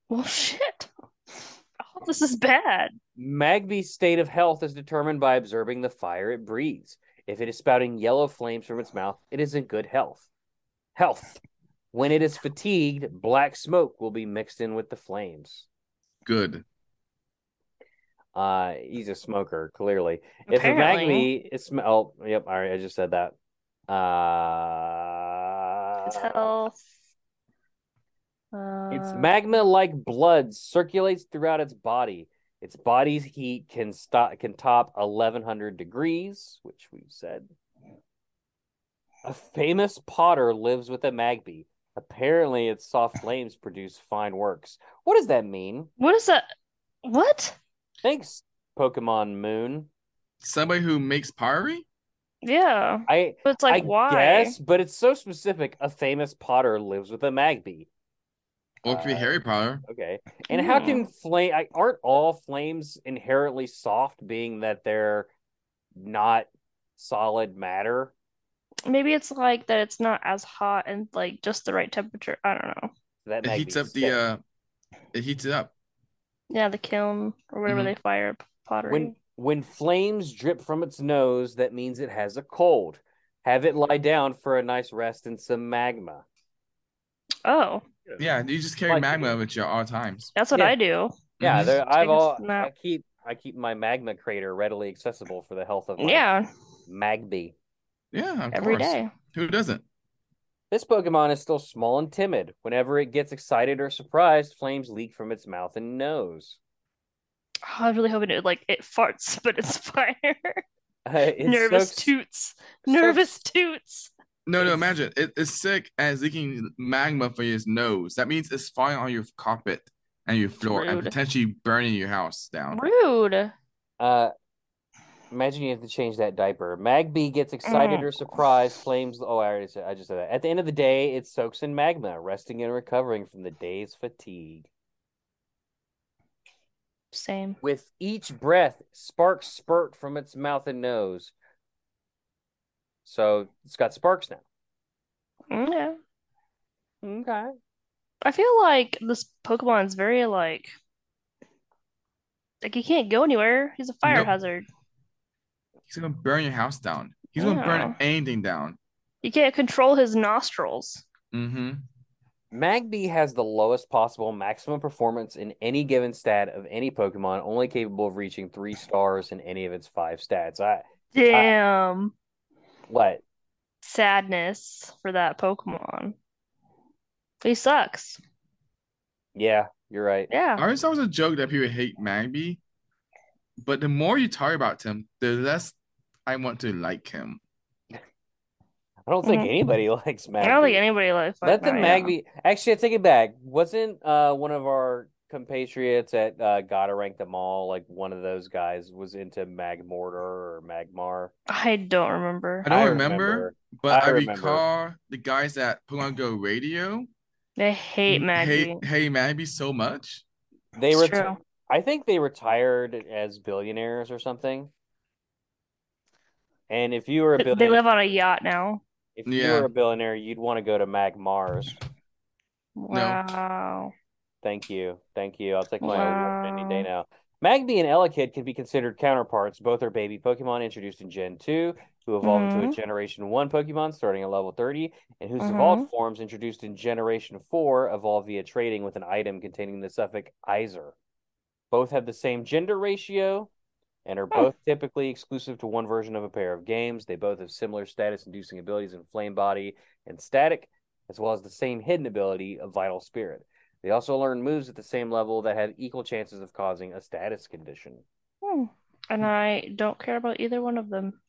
S5: Well, shit. Oh, this is bad.
S4: Magby's state of health is determined by observing the fire it breathes. If it is spouting yellow flames from its mouth, it is in good health. Health. When it is fatigued, black smoke will be mixed in with the flames.
S3: Good.
S4: Uh, he's a smoker, clearly.
S5: Apparently,
S4: If a Magby is sm- oh, yep, all right, I just said that.
S5: his
S4: Uh,
S5: health.
S4: Its
S5: uh,
S4: magma like blood circulates throughout its body. Its body's heat can stop can top 1100 degrees, which we've said. A famous potter lives with a magby. Apparently, its soft flames produce fine works. What does that mean?
S5: What is that? What?
S4: Thanks, Pokemon Moon.
S3: Somebody who makes pottery?
S5: Yeah.
S4: I
S5: But it's like,
S4: I
S5: why?
S4: guess, but it's so specific. A famous potter lives with a magby.
S3: Or it could be
S4: Uh,
S3: Harry Potter.
S4: Okay. And how
S5: Hmm.
S4: can flame I- aren't all flames inherently soft being that they're not solid matter?
S5: Maybe it's like that it's not as hot and like just the right temperature. I don't know.
S4: That
S3: It
S4: might
S3: heats
S4: be
S3: up the
S4: sick.
S3: uh it heats it up.
S5: Yeah, the kiln or whatever
S3: Mhm.
S5: they fire p-
S3: uh,
S5: pottery.
S4: Mm-hmm. when when flames drip from its nose, that means it has a cold. Have it lie down for a nice rest in some magma.
S5: Oh,
S3: Yeah, you just carry
S4: Like-
S3: magma with you at all times.
S5: that's what
S4: Yeah.
S5: I do.
S4: Yeah,
S3: Mhm.
S4: there, I've
S5: a
S4: all I
S5: snap.
S4: keep I keep my magma crater readily accessible for the health of my
S5: Yeah,
S4: Magby.
S3: Yeah, of
S5: every
S3: course.
S5: day.
S3: Who doesn't?
S4: This Pokemon is still small and timid. Whenever it gets excited or surprised, flames leak from its mouth and nose.
S5: Oh, I was really hoping it like it farts, but it's fire.
S4: It
S5: Nervous
S4: soaks-
S5: toots. Nervous
S4: soaks-
S5: toots.
S3: No, no,
S4: It's-
S3: imagine it, it's sick as leaking magma from his nose. That means it's falling on your carpet and your floor and
S5: Rude.
S3: potentially burning your house down.
S5: Rude.
S4: Uh, imagine you have to change that diaper. Magby gets excited or surprised. Flames. Oh, I already said. I just said that. At the end of the day, it soaks in magma, resting and recovering from the day's fatigue.
S5: Same.
S4: With each breath, sparks spurt from its mouth and nose. So it's got sparks now.
S5: Yeah.
S4: Okay.
S5: I feel like this Pokemon's very like like he can't go anywhere. He's a fire
S3: Nope.
S5: hazard.
S3: He's gonna burn your house down. He's gonna burn
S5: Yeah.
S3: anything down.
S5: You can't control his nostrils.
S3: Mm-hmm.
S4: Magby has the lowest possible maximum performance in any given stat of any Pokemon, only capable of reaching three stars in any of its five stats. I
S5: Damn.
S4: what?
S5: Sadness for that Pokemon. He sucks.
S4: Yeah, you're right.
S5: Yeah.
S3: I always thought it was a joke that people hate Magby, but the more you talk about him, the less I want to like him.
S4: I don't think
S5: Mhm.
S4: anybody likes Magby.
S5: I don't think anybody likes
S4: Let the
S5: Magby.
S4: Magby. Actually, I take it back. Wasn't uh one of our compatriots at uh Gotta Rank Them All like one of those guys was into Magmortar or Magmar?
S5: I don't remember.
S3: I don't remember, But
S4: I
S3: I,
S4: remember.
S3: recall the guys at Pokemon Go Radio Mm,
S5: I hate
S3: hate,
S5: Magby.
S3: hate Magby so much.
S4: They
S5: It's
S4: were.
S5: true.
S4: I think they retired as billionaires or something. And if you were a
S5: They
S4: billionaire,
S5: live on a yacht now.
S4: if you
S3: Yeah.
S4: were a billionaire, you'd want to go to Magmars.
S5: Wow.
S4: Thank you, thank you. I'll take my award any
S5: Wow.
S4: day now. Magby and Elekid can be considered counterparts. Both are baby Pokemon introduced in Gen 2, who evolved into a
S5: Mhm.
S4: Generation 1 Pokemon starting at level 30, and whose
S5: Mhm.
S4: evolved forms introduced in Generation 4 evolve via trading with an item containing the suffix Izer. Both have the same gender ratio and are
S5: Hmm.
S4: both typically exclusive to one version of a pair of games. They both have similar status inducing abilities in Flame Body and Static, as well as the same hidden ability of Vital Spirit. They also learn moves at the same level that have equal chances of causing a status condition.
S5: Hmm. And I don't care about either one of them.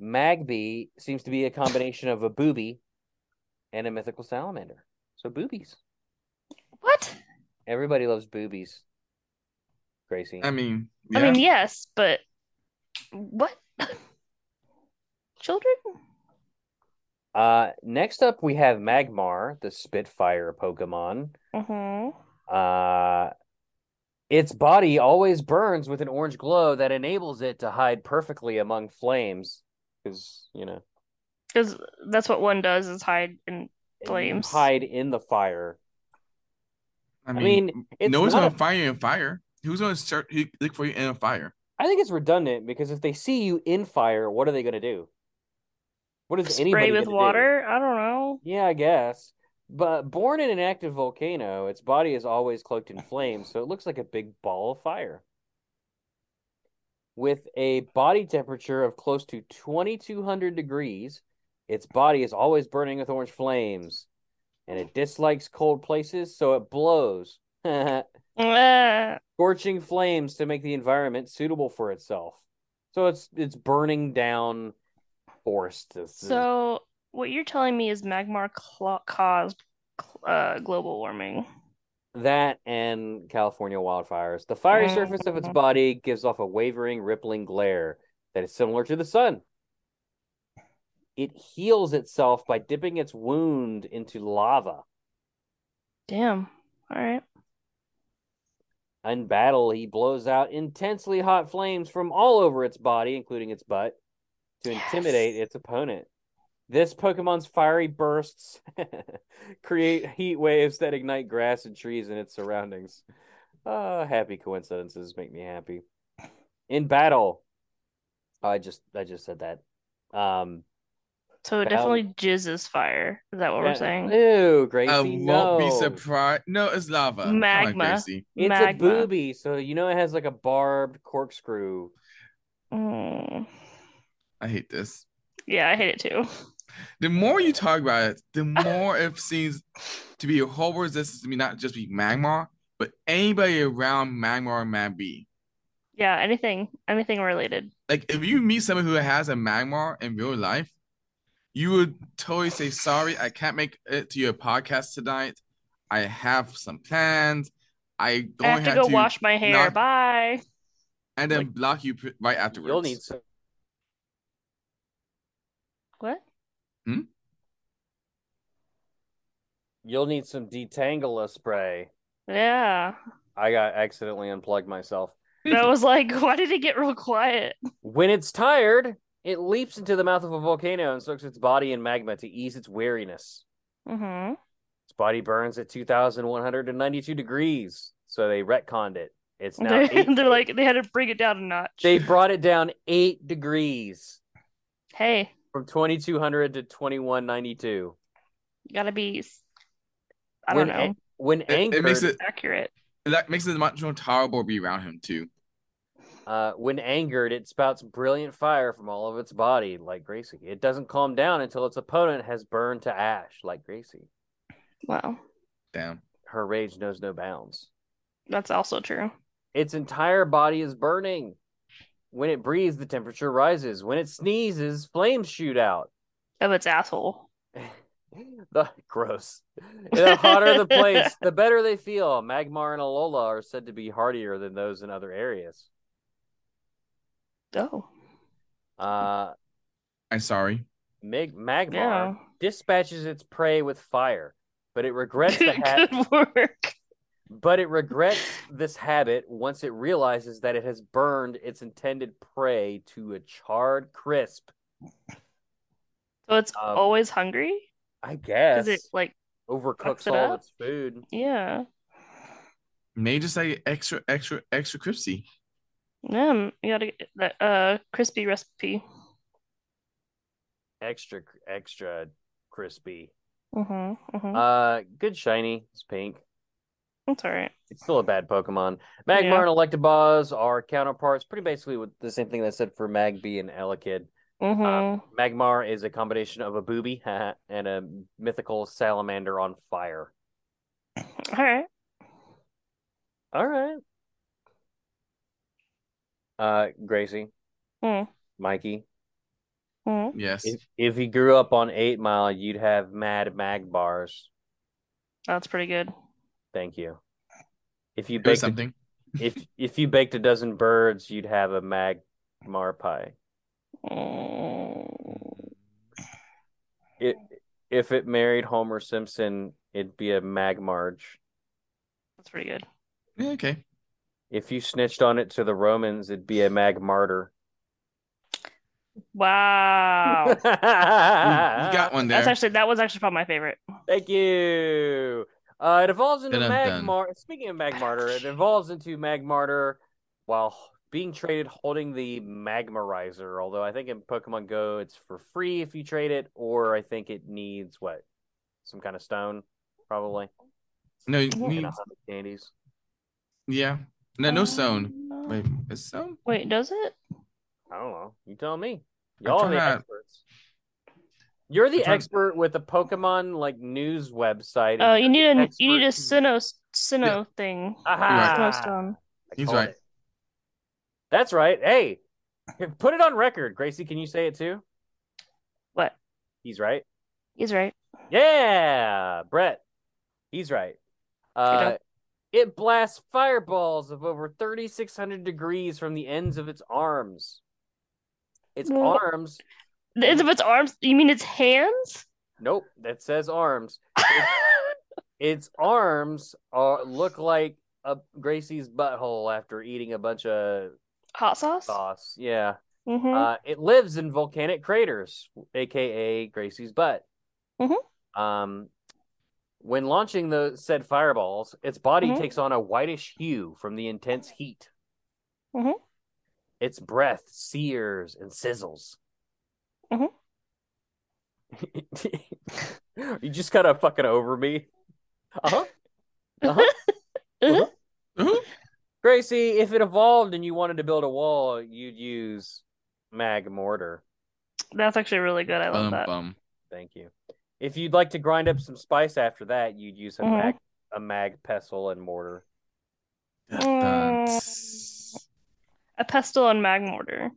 S4: Magby seems to be a combination of a booby and a mythical salamander. So boobies.
S5: What?
S4: Everybody loves boobies. Gracie.
S3: I mean,
S5: I
S3: yeah.
S5: mean, yes, but what? Children?
S4: Uh, next up, we have Magmar, the Spitfire Pokemon.
S5: Mm-hmm.
S4: Uh, its body always burns with an orange glow that enables it to hide perfectly among flames. Because, you know,
S5: Because that's what one does is hide and
S4: you
S5: Flames.
S4: hide in the fire.
S3: I
S4: mean, it's
S3: no one's
S4: not
S3: gonna
S4: a-
S3: find you in fire. Who's gonna start who, look for you in a fire?
S4: I think it's redundant because if they see you in fire, what are they going to do? What is
S5: spray
S4: anybody
S5: with
S4: gonna do?
S5: water. I don't know.
S4: Yeah, I guess. But born in an active volcano, its body is always cloaked in flames, so it looks like a big ball of fire. With a body temperature of close to 2200 degrees, its body is always burning with orange flames, and it dislikes cold places, so it blows,
S5: Uh,
S4: scorching flames to make the environment suitable for itself. So it's it's burning down forests. This is-
S5: so what you're telling me is Magmar cla- caused cl- uh, global warming.
S4: That and California wildfires. The fiery
S5: Mm.
S4: surface of its body gives off a wavering, rippling glare that is similar to the sun. It heals itself by dipping its wound into lava.
S5: Damn. All right.
S4: In battle, he blows out intensely hot flames from all over its body, including its butt, to
S5: Yes.
S4: intimidate its opponent. This Pokemon's fiery bursts create heat waves that ignite grass and trees in its surroundings. Uh, happy coincidences make me happy. In battle, I just I just said that. Um,
S5: So it
S4: Val-
S5: definitely jizzes fire. Is that what
S4: yeah,
S5: we're saying?
S4: Ew, eh, Gracie.
S3: I won't be
S4: no.
S3: surprised. No, it's lava. Come on,
S5: Magma.
S3: Gracie.
S4: It's
S5: Magma.
S4: a booby, so you know it has like a barbed corkscrew.
S5: Mm.
S3: I hate this.
S5: Yeah, I hate it too.
S3: The more you talk about it, the more it seems to be a whole resistance to me, not just be Magmar, but anybody around Magmar or Magby.
S5: Yeah, anything, anything related.
S3: Like, if you meet someone who has a Magmar in real life, you would totally say, Sorry, I can't make it to your podcast tonight. I have some plans. I
S5: I
S3: going
S5: have to go wash my hair.
S3: knock-
S5: Bye.
S3: and then
S4: like,
S3: block you pr- right afterwards.
S4: You'll need some.
S5: What?
S4: You'll need some detangler spray.
S5: Yeah.
S4: I got accidentally unplugged myself.
S5: I was like, why did it get real quiet?
S4: When it's tired, it leaps into the mouth of a volcano and soaks its body in magma to ease its weariness.
S5: Mm-hmm.
S4: Its body burns at 2,192 degrees, so they retconned it. It's now.
S5: They're,
S4: eight-
S5: they're like, they had to bring it down a notch.
S4: they brought it down eight degrees
S5: hey,
S4: from 2,200 to 2,192.
S5: you gotta be, s- I
S4: when
S5: don't know,
S4: an- when
S3: It-
S4: angered,
S3: it makes it
S5: accurate.
S3: that makes it much more tolerable to be around him too.
S4: uh, when angered, it spouts brilliant fire from all of its body, like Gracie. It doesn't calm down until its opponent has burned to ash, like Gracie.
S5: Wow.
S3: Damn.
S4: Her rage knows no bounds.
S5: That's also true.
S4: Its entire body is burning. When it breathes, the temperature rises. When it sneezes, flames shoot out.
S5: Of its asshole.
S4: the gross. The hotter the place, the better they feel. Magmar and Alola are said to be hardier than those in other areas.
S5: Oh.
S4: Uh,
S3: I'm sorry.
S4: Mig- Magmar
S5: Yeah.
S4: dispatches its prey with fire, but it regrets the ha-
S5: Good work.
S4: but it regrets this habit once it realizes that it has burned its intended prey to a charred crisp.
S5: So it's
S4: Um,
S5: always hungry?
S4: I
S5: Is
S4: guess
S5: it like, fucks it
S4: overcooks all
S5: up?
S4: of its food.
S5: yeah.
S3: May just say extra, extra, extra crispy.
S5: Yeah, you gotta get that uh crispy recipe.
S4: Extra, extra crispy.
S5: Mm-hmm. Mm-hmm.
S4: Uh, good shiny. It's pink.
S5: That's all right.
S4: It's still a bad Pokemon. Magmar
S5: Yeah.
S4: and Electabuzz are counterparts, pretty basically with the same thing that I said for Magby and Elekid. uh,
S5: Mm-hmm.
S4: Magmar is a combination of a booby haha, and a mythical salamander on fire.
S5: All right.
S4: All right. Uh, Gracie,
S5: Mm.
S4: Mikey,
S5: Mm.
S3: Yes.
S4: if, if he grew up on Eight Mile, you'd have Mad Mag bars.
S5: That's pretty good.
S4: Thank you. If you
S3: Or
S4: baked a,
S3: something.
S4: if if you baked a dozen birds, you'd have a Magmar pie.
S5: Mm.
S4: It, if it married Homer Simpson, it'd be a Magmarge.
S5: That's pretty good.
S3: Yeah, okay.
S4: If you snitched on it to the Romans, it'd be a Magmartyr.
S5: Wow.
S3: Ooh, you got one there.
S5: Ah, That's actually that was actually probably my favorite.
S4: Thank you. Uh, it evolves into
S3: Dun-dun-dun.
S4: Magmar. Speaking of Magmartyr, it evolves into Magmartyr while h- being traded holding the Magmarizer. Although I think in Pokemon Go it's for free if you trade it, or I think it needs what? Some kind of stone, probably.
S3: No, you
S5: Yeah.
S3: need-
S4: And a hundred candies.
S3: yeah. No, no stone.
S5: Um,
S3: Wait, is stone?
S5: Wait, does it?
S4: I don't know. You tell me. Y'all are
S3: trying
S4: the
S3: to-
S4: experts. You're the
S3: I'm trying-
S4: expert with the Pokemon like news website. and
S5: Oh, you
S4: you're
S5: need
S4: the
S5: a
S4: expert Ah.
S5: you need a
S4: who-
S5: Sinnoh Sinnoh thing.
S4: Aha!
S5: Sinnoh stone.
S4: I
S3: He's
S4: called
S3: right.
S4: it. That's right. Hey, put it on record. Gracie, can you say it too?
S5: What?
S4: He's right.
S5: He's right.
S4: Yeah, Brett. He's right. Uh, it blasts fireballs of over 3,600 degrees from the ends of its arms. Its
S5: Well-
S4: arms,
S5: The ends of its arms? You mean its hands?
S4: nope, that says arms. Its arms are look like a Gracie's butthole after eating a bunch of
S5: Hot sauce?
S4: sauce. Yeah.
S5: Mm-hmm.
S4: Uh, it lives in volcanic craters, aka Gracie's butt.
S5: Mhm.
S4: Um, when launching the said fireballs, its body
S5: Mhm.
S4: takes on a whitish hue from the intense heat.
S5: Mhm.
S4: Its breath sears and sizzles.
S5: Mhm.
S4: you just kind of fucking over me. Uh-huh.
S3: Ooh,
S4: Gracie, if it evolved and you wanted to build a wall, you'd use mag mortar.
S5: That's actually really good. I love
S3: bum,
S5: that.
S3: bum.
S4: Thank you. If you'd like to grind up some spice after that, you'd use a
S5: Mhm.
S4: mag a mag pestle and mortar.
S3: Dun,
S5: Mm.
S3: tss.
S5: A pestle and mag mortar.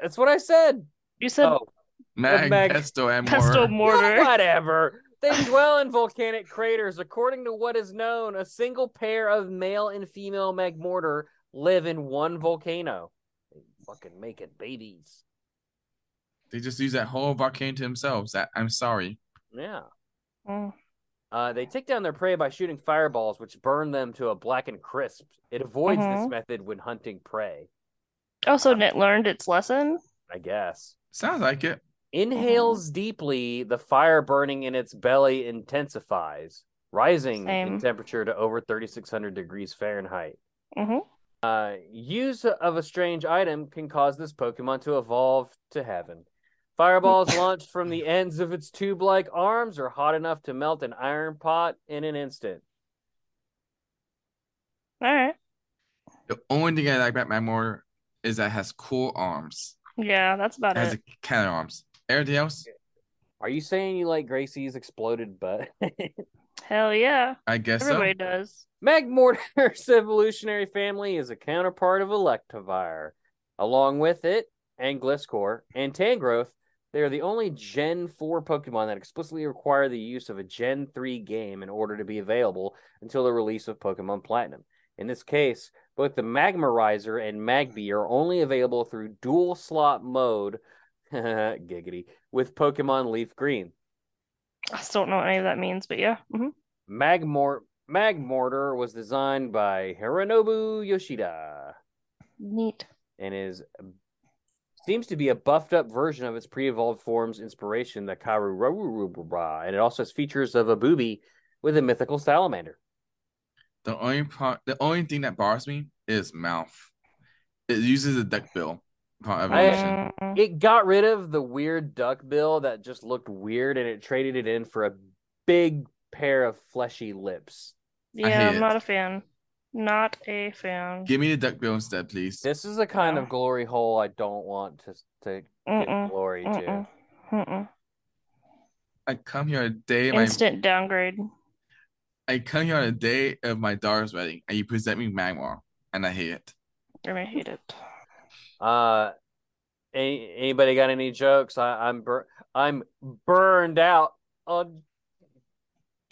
S4: That's what I said.
S5: You said
S4: oh,
S3: Mag,
S4: Mag-
S3: pesto, and
S5: pestle
S3: more.
S5: mortar.
S4: whatever. They dwell in volcanic craters. According to what is known, a single pair of male and female mag mortar live in one volcano. They fucking make it babies.
S3: They just use that whole volcano to themselves. That, I'm sorry.
S4: Yeah. Oh
S5: Mm.
S4: Uh, they take down their prey by shooting fireballs, which burn them to a blackened crisp. It avoids this
S5: Mhm.
S4: method when hunting prey,
S5: Also, Nit learned its lesson.
S4: I guess.
S3: Sounds like it.
S4: Inhales deeply, the fire burning in its belly intensifies, rising in
S5: Same.
S4: temperature to over 3,600 degrees Fahrenheit.
S5: hmm
S4: Uh, use of a strange item can cause this Pokemon to evolve to heaven. Fireballs launched from the ends of its tube like arms are hot enough to melt an iron pot in an instant.
S5: All right.
S3: The only thing I like about my mortar is that it has cool arms.
S5: Yeah, that's about
S3: It has a
S5: it.
S3: cat arms. Everything else,
S4: Are you saying you like Gracie's exploded butt?
S5: Hell yeah.
S3: I guess
S5: Everybody
S3: so.
S5: does.
S4: Magmortar's evolutionary family is a counterpart of Electivire. Along with it, and Gliscor, and Tangrowth, they are the only Gen 4 Pokemon that explicitly require the use of a Gen 3 game in order to be available until the release of Pokemon Platinum. In this case, both the Magmarizer and Magby are only available through dual slot mode, giggity, with Pokemon Leaf Green.
S5: I still don't know what any of that means, but yeah. hmm
S4: Magmor Magmortar was designed by Hironobu Yoshida
S5: Neat.
S4: and is seems to be a buffed up version of its pre-evolved form's inspiration, the Karururubra, and it also has features of a booby with a mythical salamander.
S3: The only part, the only thing that bothers me is mouth. It uses a duck bill upon evolution.
S5: Mm.
S4: It got rid of the weird duck bill that just looked weird and it traded it in for a big pair of fleshy lips.
S3: hate
S5: Yeah,
S3: it.
S5: I'm not a fan. Not a fan.
S3: Give me the duck bill instead, please.
S4: This is the kind
S5: Yeah.
S4: of glory hole I don't want to to give
S5: Mm-mm.
S4: glory to.
S5: Mm-mm. Mm-mm.
S3: I come here a day. My
S5: Instant downgrade.
S3: I come here on a day of my daughter's wedding, and you present me Magmar, and I hate it.
S5: I mean, I hate it.
S4: Uh, any, anybody got any jokes? I, I'm bur- I'm burned out Uh, on.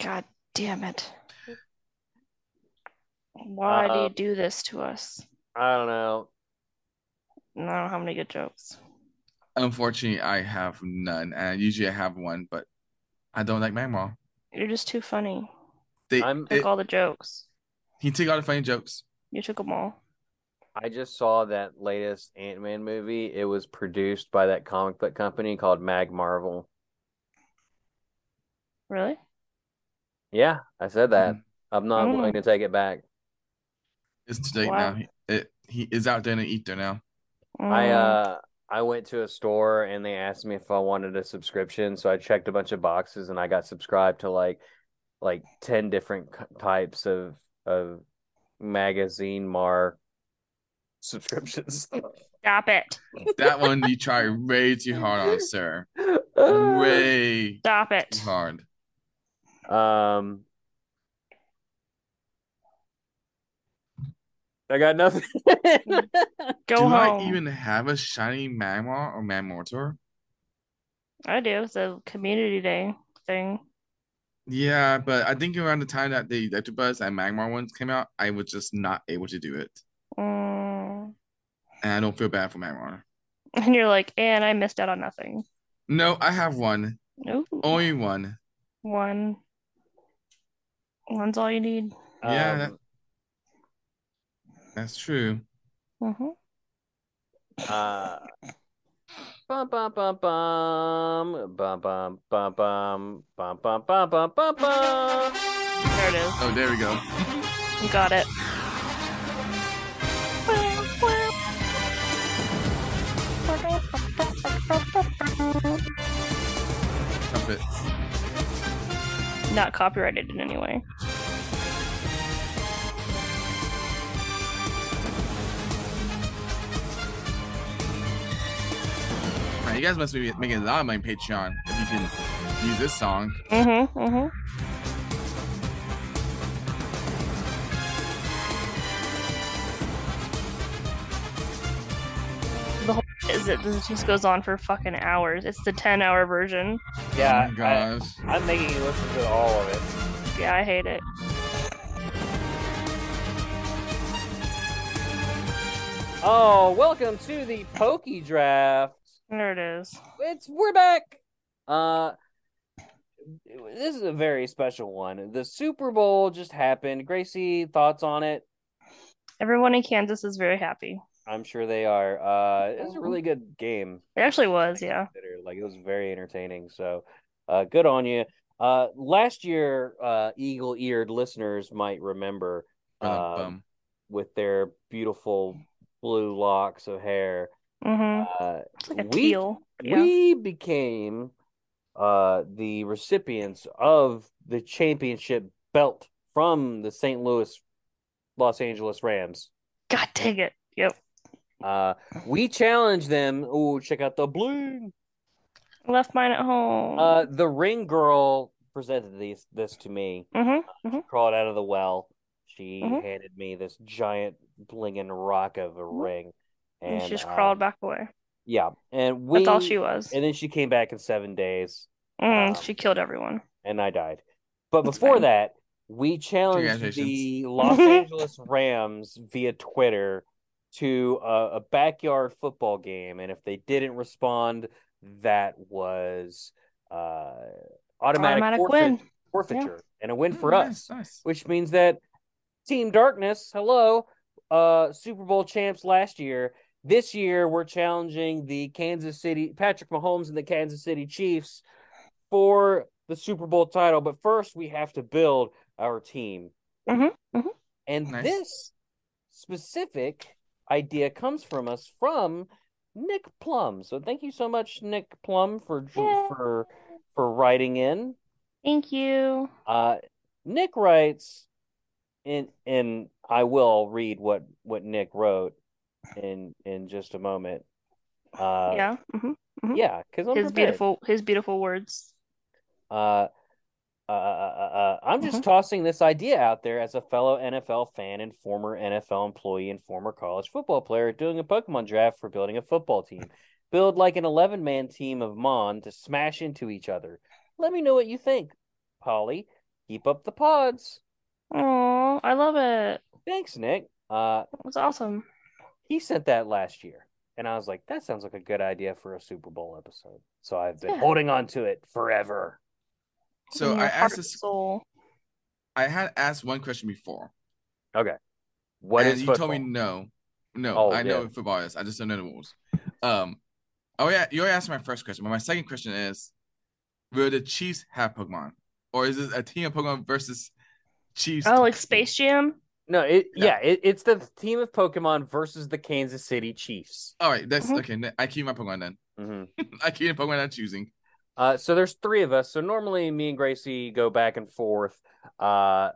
S5: God damn it. Why do
S3: Um,
S4: Uh,
S5: you do this to us?
S4: I don't know.
S5: And I don't have any good jokes.
S3: Unfortunately, I have none, and usually I have one, but I don't like Magmar.
S5: You're just too funny.
S3: They,
S4: I'm-
S5: Took
S3: it-
S5: all the jokes.
S3: he took all the funny jokes.
S5: You took them all.
S4: I just saw that latest Ant Man movie. It was produced by that comic book company called Mag Marvel.
S5: Really?
S4: Yeah, I said that.
S3: Mhm.
S4: I'm not
S5: Mm.
S4: willing to take it back.
S3: It's too late
S5: Wow.
S3: now. He, it, he is out there in the ether now.
S4: I
S5: Mm.
S4: uh I went to a store and they asked me if I wanted a subscription, so I checked a bunch of boxes and I got subscribed to like like 10 different c- types of of magazine mar subscriptions.
S5: Stop it.
S3: That one you try way too hard on, sir. Way
S5: Stop
S3: too
S5: it.
S3: hard.
S4: um I got nothing.
S5: Go
S3: Do
S5: home.
S3: I even have a shiny Magmar or Magmortar?
S5: I do. It's a community day thing.
S3: Yeah, but I think around the time that the Electabuzz and Magmar ones came out, I was just not able to do it.
S5: Mm.
S3: And I don't feel bad for Magmar.
S5: And you're like, and I missed out on nothing.
S3: No, I have one.
S5: Ooh,
S3: Only one.
S5: one. That's all you need.
S3: Yeah, That's true.
S5: hmm
S4: Uh, bum bum bum bum bum bum bum bum bum bum bum bum bum bum.
S5: There it is.
S3: Oh, there we go.
S5: Got it.
S3: Trumpets.
S5: Not copyrighted in any way.
S3: Man, you guys must be making a lot of money on Patreon if you can use this song.
S5: Mm-hmm. Mm-hmm. The whole is it this just goes on for fucking hours. It's the ten hour version.
S3: Oh my
S4: I,
S3: gosh.
S4: I'm making you listen to all of it.
S5: Yeah, I hate it.
S4: Oh, welcome to the Pokey Draft.
S5: There it is.
S4: It's we're back. Uh, this is a very special one. The Super Bowl just happened. Gracie, thoughts on it?
S5: Everyone in Kansas is very happy.
S4: I'm sure they are. Uh, it was a really good game.
S5: It actually was, yeah.
S4: consider. Like it was very entertaining. So, uh, good on you. Uh, last year, uh, eagle-eared listeners might remember
S3: Bum,
S4: uh,
S3: bum.
S4: with their beautiful blue locks of hair.
S5: Mm-hmm.
S4: Uh,
S5: It's like a
S4: we-
S5: teal. Yeah.
S4: We became uh, the recipients of the championship belt from the St. Louis, Los Angeles Rams.
S5: God dang it. Yep.
S4: Uh, we challenged them. Oh, check out the blue.
S5: I left mine at home.
S4: Uh, the ring girl presented these this to me.
S5: mm-hmm.
S4: crawled out of the well. She
S5: Mhm.
S4: handed me this giant blinging rock of a ring,
S5: Mm-hmm. And
S4: and
S5: she just
S4: uh,
S5: crawled back away.
S4: Yeah, and we.
S5: That's all she was.
S4: And then she came back in seven days,
S5: Mm,
S4: um,
S5: she killed everyone.
S4: and I died. But
S5: That's
S4: before
S5: fine.
S4: that, we challenged the
S3: Congratulations.
S4: Los Angeles Rams via Twitter to a, a backyard football game, and if they didn't respond, that was uh, automatic,
S5: Automatic
S4: forfeit-
S5: win.
S4: forfeiture and a win
S3: Mm,
S4: for
S5: Mm-hmm.
S4: us
S3: nice, Nice.
S4: which means that Team Darkness, hello, uh, Super Bowl champs last year. This year, we're challenging the Kansas City, Patrick Mahomes and the Kansas City Chiefs for the Super Bowl title. But first, we have to build our team.
S5: Mhm, mhm.
S4: And
S3: Nice.
S4: this specific idea comes from us from Nick Plum. So thank you so much, Nick Plum, for
S5: Yay.
S4: for for writing in.
S5: Thank you.
S4: Uh, Nick writes, and and I will read what what Nick wrote in in just a moment. Uh,
S5: yeah. hmm
S4: yeah, because I'm
S5: His
S4: prepared.
S5: beautiful his beautiful words.
S4: Uh, uh, uh, uh, uh, I'm just
S5: Mm-hmm.
S4: tossing this idea out there as a fellow NFL fan and former NFL employee and former college football player doing a Pokemon draft for building a football team. Build like an 11 man team of Mon to smash into each other. Let me know what you think, Polly. Keep up the pods.
S5: Oh, I love it.
S4: Thanks, Nick. Uh,
S5: That was awesome.
S4: he sent that last year. And I was like, that sounds like a good idea for a Super Bowl episode. So I've been
S5: Yeah.
S4: holding on to it forever.
S3: So
S5: Mm,
S3: I
S5: heart
S3: asked
S5: and
S3: this.
S5: soul.
S3: I had asked one question before,
S4: What
S3: and
S4: is
S3: you
S4: football?
S3: told me no, no.
S4: Oh,
S3: I know
S4: yeah.
S3: what football is. I just don't know the rules. Um. Oh yeah, you already asked my first question, but my second question is: Will the Chiefs have Pokemon, or is this a team of Pokemon versus Chiefs?
S5: Oh, like Space Jam?
S4: No, it
S3: No.
S4: yeah, it, it's the team of Pokemon versus the Kansas City Chiefs.
S3: All right, that's
S5: Mhm.
S3: okay. ne- I keep my Pokemon then.
S4: Mm-hmm.
S3: I keep the Pokemon I'm choosing.
S4: Uh, so there's three of us. So normally me and Gracie go back and forth, uh,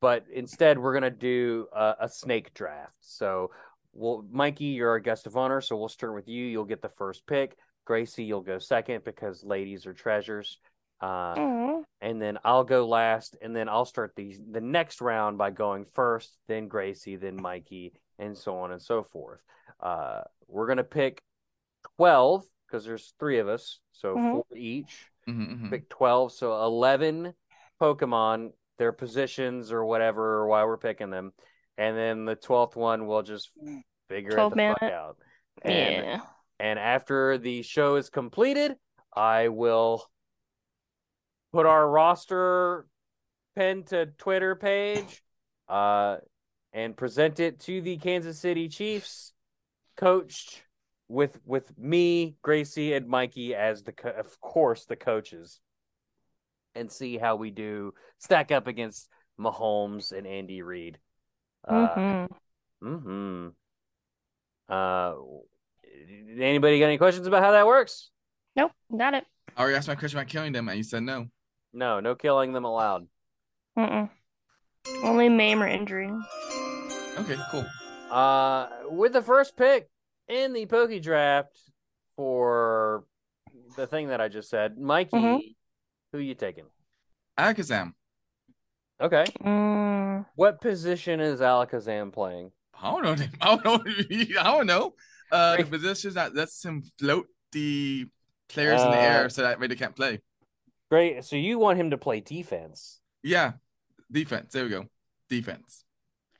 S4: but instead we're gonna do a, a snake draft. So, well, Mikey, you're our guest of honor, so we'll start with you. You'll get the first pick. Gracie, you'll go second because ladies are treasures. Uh,
S5: Oh.
S4: and then I'll go last, and then I'll start the the next round by going first, then Gracie, then Mikey, and so on and so forth. Uh, we're gonna pick twelve because there's three of us, so
S5: Mhm.
S4: four each.
S3: Mhm, mhm.
S4: Pick twelve, so eleven Pokemon, their positions or whatever, or why we're picking them, and then the twelfth one we'll just figure it
S5: 12
S4: the
S5: man
S4: fuck
S5: it.
S4: out. And
S5: Yeah.
S4: and after the show is completed, I will put our roster pen to Twitter page uh, and present it to the Kansas City Chiefs, coached with with me, Gracie, and Mikey as the co- of course the coaches, and see how we do stack up against Mahomes and Andy Reid. Uh,
S5: Mhm.
S4: hmm Uh, anybody got any questions about how that works?
S5: Nope, not it.
S3: I already asked my question about killing them, and you said no.
S4: No, no killing them allowed.
S5: Mm-mm. Only maim or injury.
S3: Okay, cool.
S4: Uh, with the first pick in the Poke Draft for the thing that I just said, Mikey,
S5: Mhm.
S4: who you taking?
S3: Alakazam,
S4: Okay,
S5: Mm.
S4: what position is Alakazam playing?
S3: I don't know. I don't know. I don't know. Uh, the
S4: Great.
S3: position that lets him float the players in the air
S4: Uh,
S3: so that way they can't play.
S4: Great. So you want him to play defense?
S3: Yeah, defense. There we go. Defense.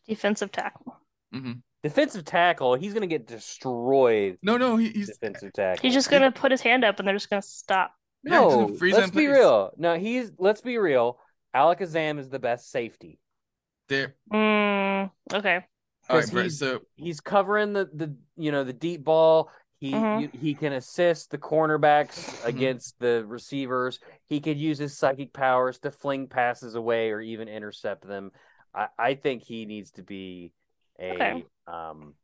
S5: Defensive tackle.
S3: hmm
S4: Defensive tackle. He's gonna get destroyed.
S3: No, no, he, he's
S4: Defensive tackle.
S5: He's just gonna put his hand up and they're just gonna stop.
S3: yeah, he's gonna
S4: No,
S3: freeze
S4: let's
S3: in
S4: be
S3: place.
S4: real. No, he's let's be real. Alakazam is the best safety.
S3: there.
S5: Mm. Okay.
S3: All right,
S4: Because
S3: great.
S4: he's-
S3: So
S4: He's covering the the you know the deep ball. He
S5: Mhm.
S4: he can assist the cornerbacks
S3: Mhm.
S4: against the receivers. He could use his psychic powers to fling passes away or even intercept them. I, I think he needs to be a
S5: Okay.
S4: um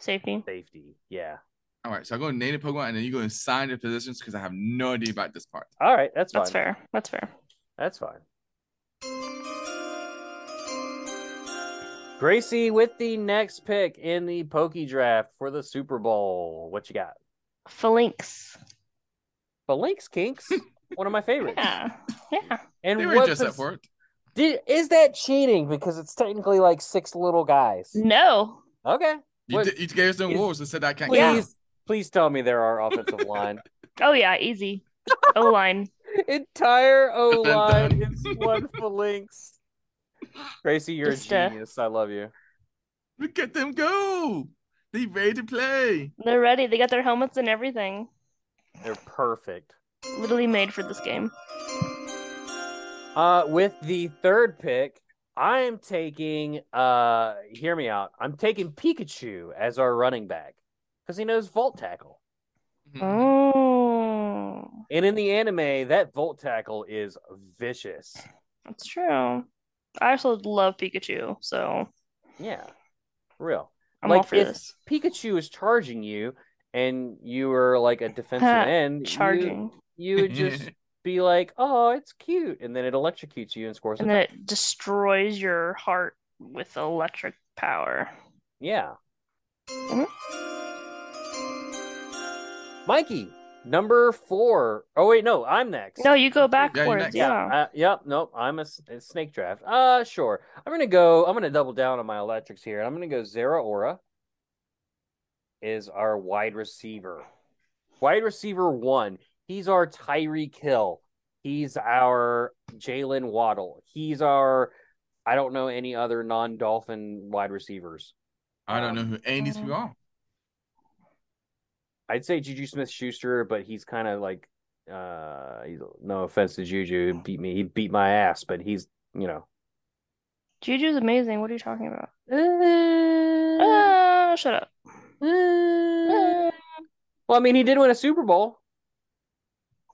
S5: Safety.
S4: safety. Yeah.
S3: all right, so I'm going to name the Pokemon, and then you go and sign the positions because I have no idea about this part.
S4: All right, that's fine.
S5: That's fair. That's fair.
S4: That's fine. Gracie with the next pick in the Pokey Draft for the Super Bowl. What you got?
S5: Phalanx.
S4: Phalanx Kinks, one of my favorites.
S5: Yeah. Ah, Yeah.
S4: And
S3: They were
S4: what
S3: just up
S4: pos-
S3: for it.
S4: Did, is that cheating? Because it's technically like six little guys.
S5: No.
S4: Okay.
S3: You,
S4: What-
S3: d- you gave us the
S4: is-
S3: wolves and said I can't.
S4: Please,
S3: kill them.
S4: please tell me there are offensive line.
S5: Oh yeah, easy. O line.
S4: Entire
S3: Dun,
S4: O
S3: dun,
S4: line
S3: dun.
S4: is one Phalanx. Gracie, you're
S5: Just,
S4: a
S5: uh,
S4: genius. I love you.
S3: Look at them go. They ready to play.
S5: They're ready. They got their helmets and everything.
S4: They're perfect.
S5: Literally made for this game.
S4: Uh, with the third pick, I am taking. Uh, hear me out. I'm taking Pikachu as our running back because he knows Volt Tackle, Hmm.
S5: Mm-hmm. Oh,
S4: and in the anime, that Volt Tackle is vicious.
S5: that's true. I also love Pikachu, so
S4: Yeah, for real.
S5: I'm all
S4: Like,
S5: for
S4: if-
S5: this.
S4: Pikachu is charging you, and you were like a defensive end. you-
S5: Charging.
S4: You, would just be like, "Oh, it's cute," and then it electrocutes you and scores. a
S5: And then
S4: touch-
S5: it destroys your heart with electric power.
S4: Yeah.
S5: Mhm.
S4: Mikey, number four. Oh wait, no, I'm next.
S5: No, you go
S3: you're
S5: backwards.
S3: next.
S4: yeah,
S5: Yeah.
S4: uh, yep, nope. I'm a, s- a snake draft. Uh, sure. I'm gonna go. I'm gonna double down on my electrics here, and I'm gonna go. Zara Aura is our wide receiver. Wide receiver one. He's our Tyree Kill. He's our Jalen Waddle. He's our. I don't know any other non-dolphin wide receivers.
S3: I don't know who any of
S4: Oh.
S3: these people are.
S4: I'd say Juju Smith Schuster, but he's kind of like, uh, he's, no offense to Juju, he beat me, he beat my ass, but he's, you know,
S5: Juju's amazing. What are you talking about?
S4: uh,
S5: Uh, shut up.
S4: uh.
S5: Uh,
S4: well, I mean, he did win a Super Bowl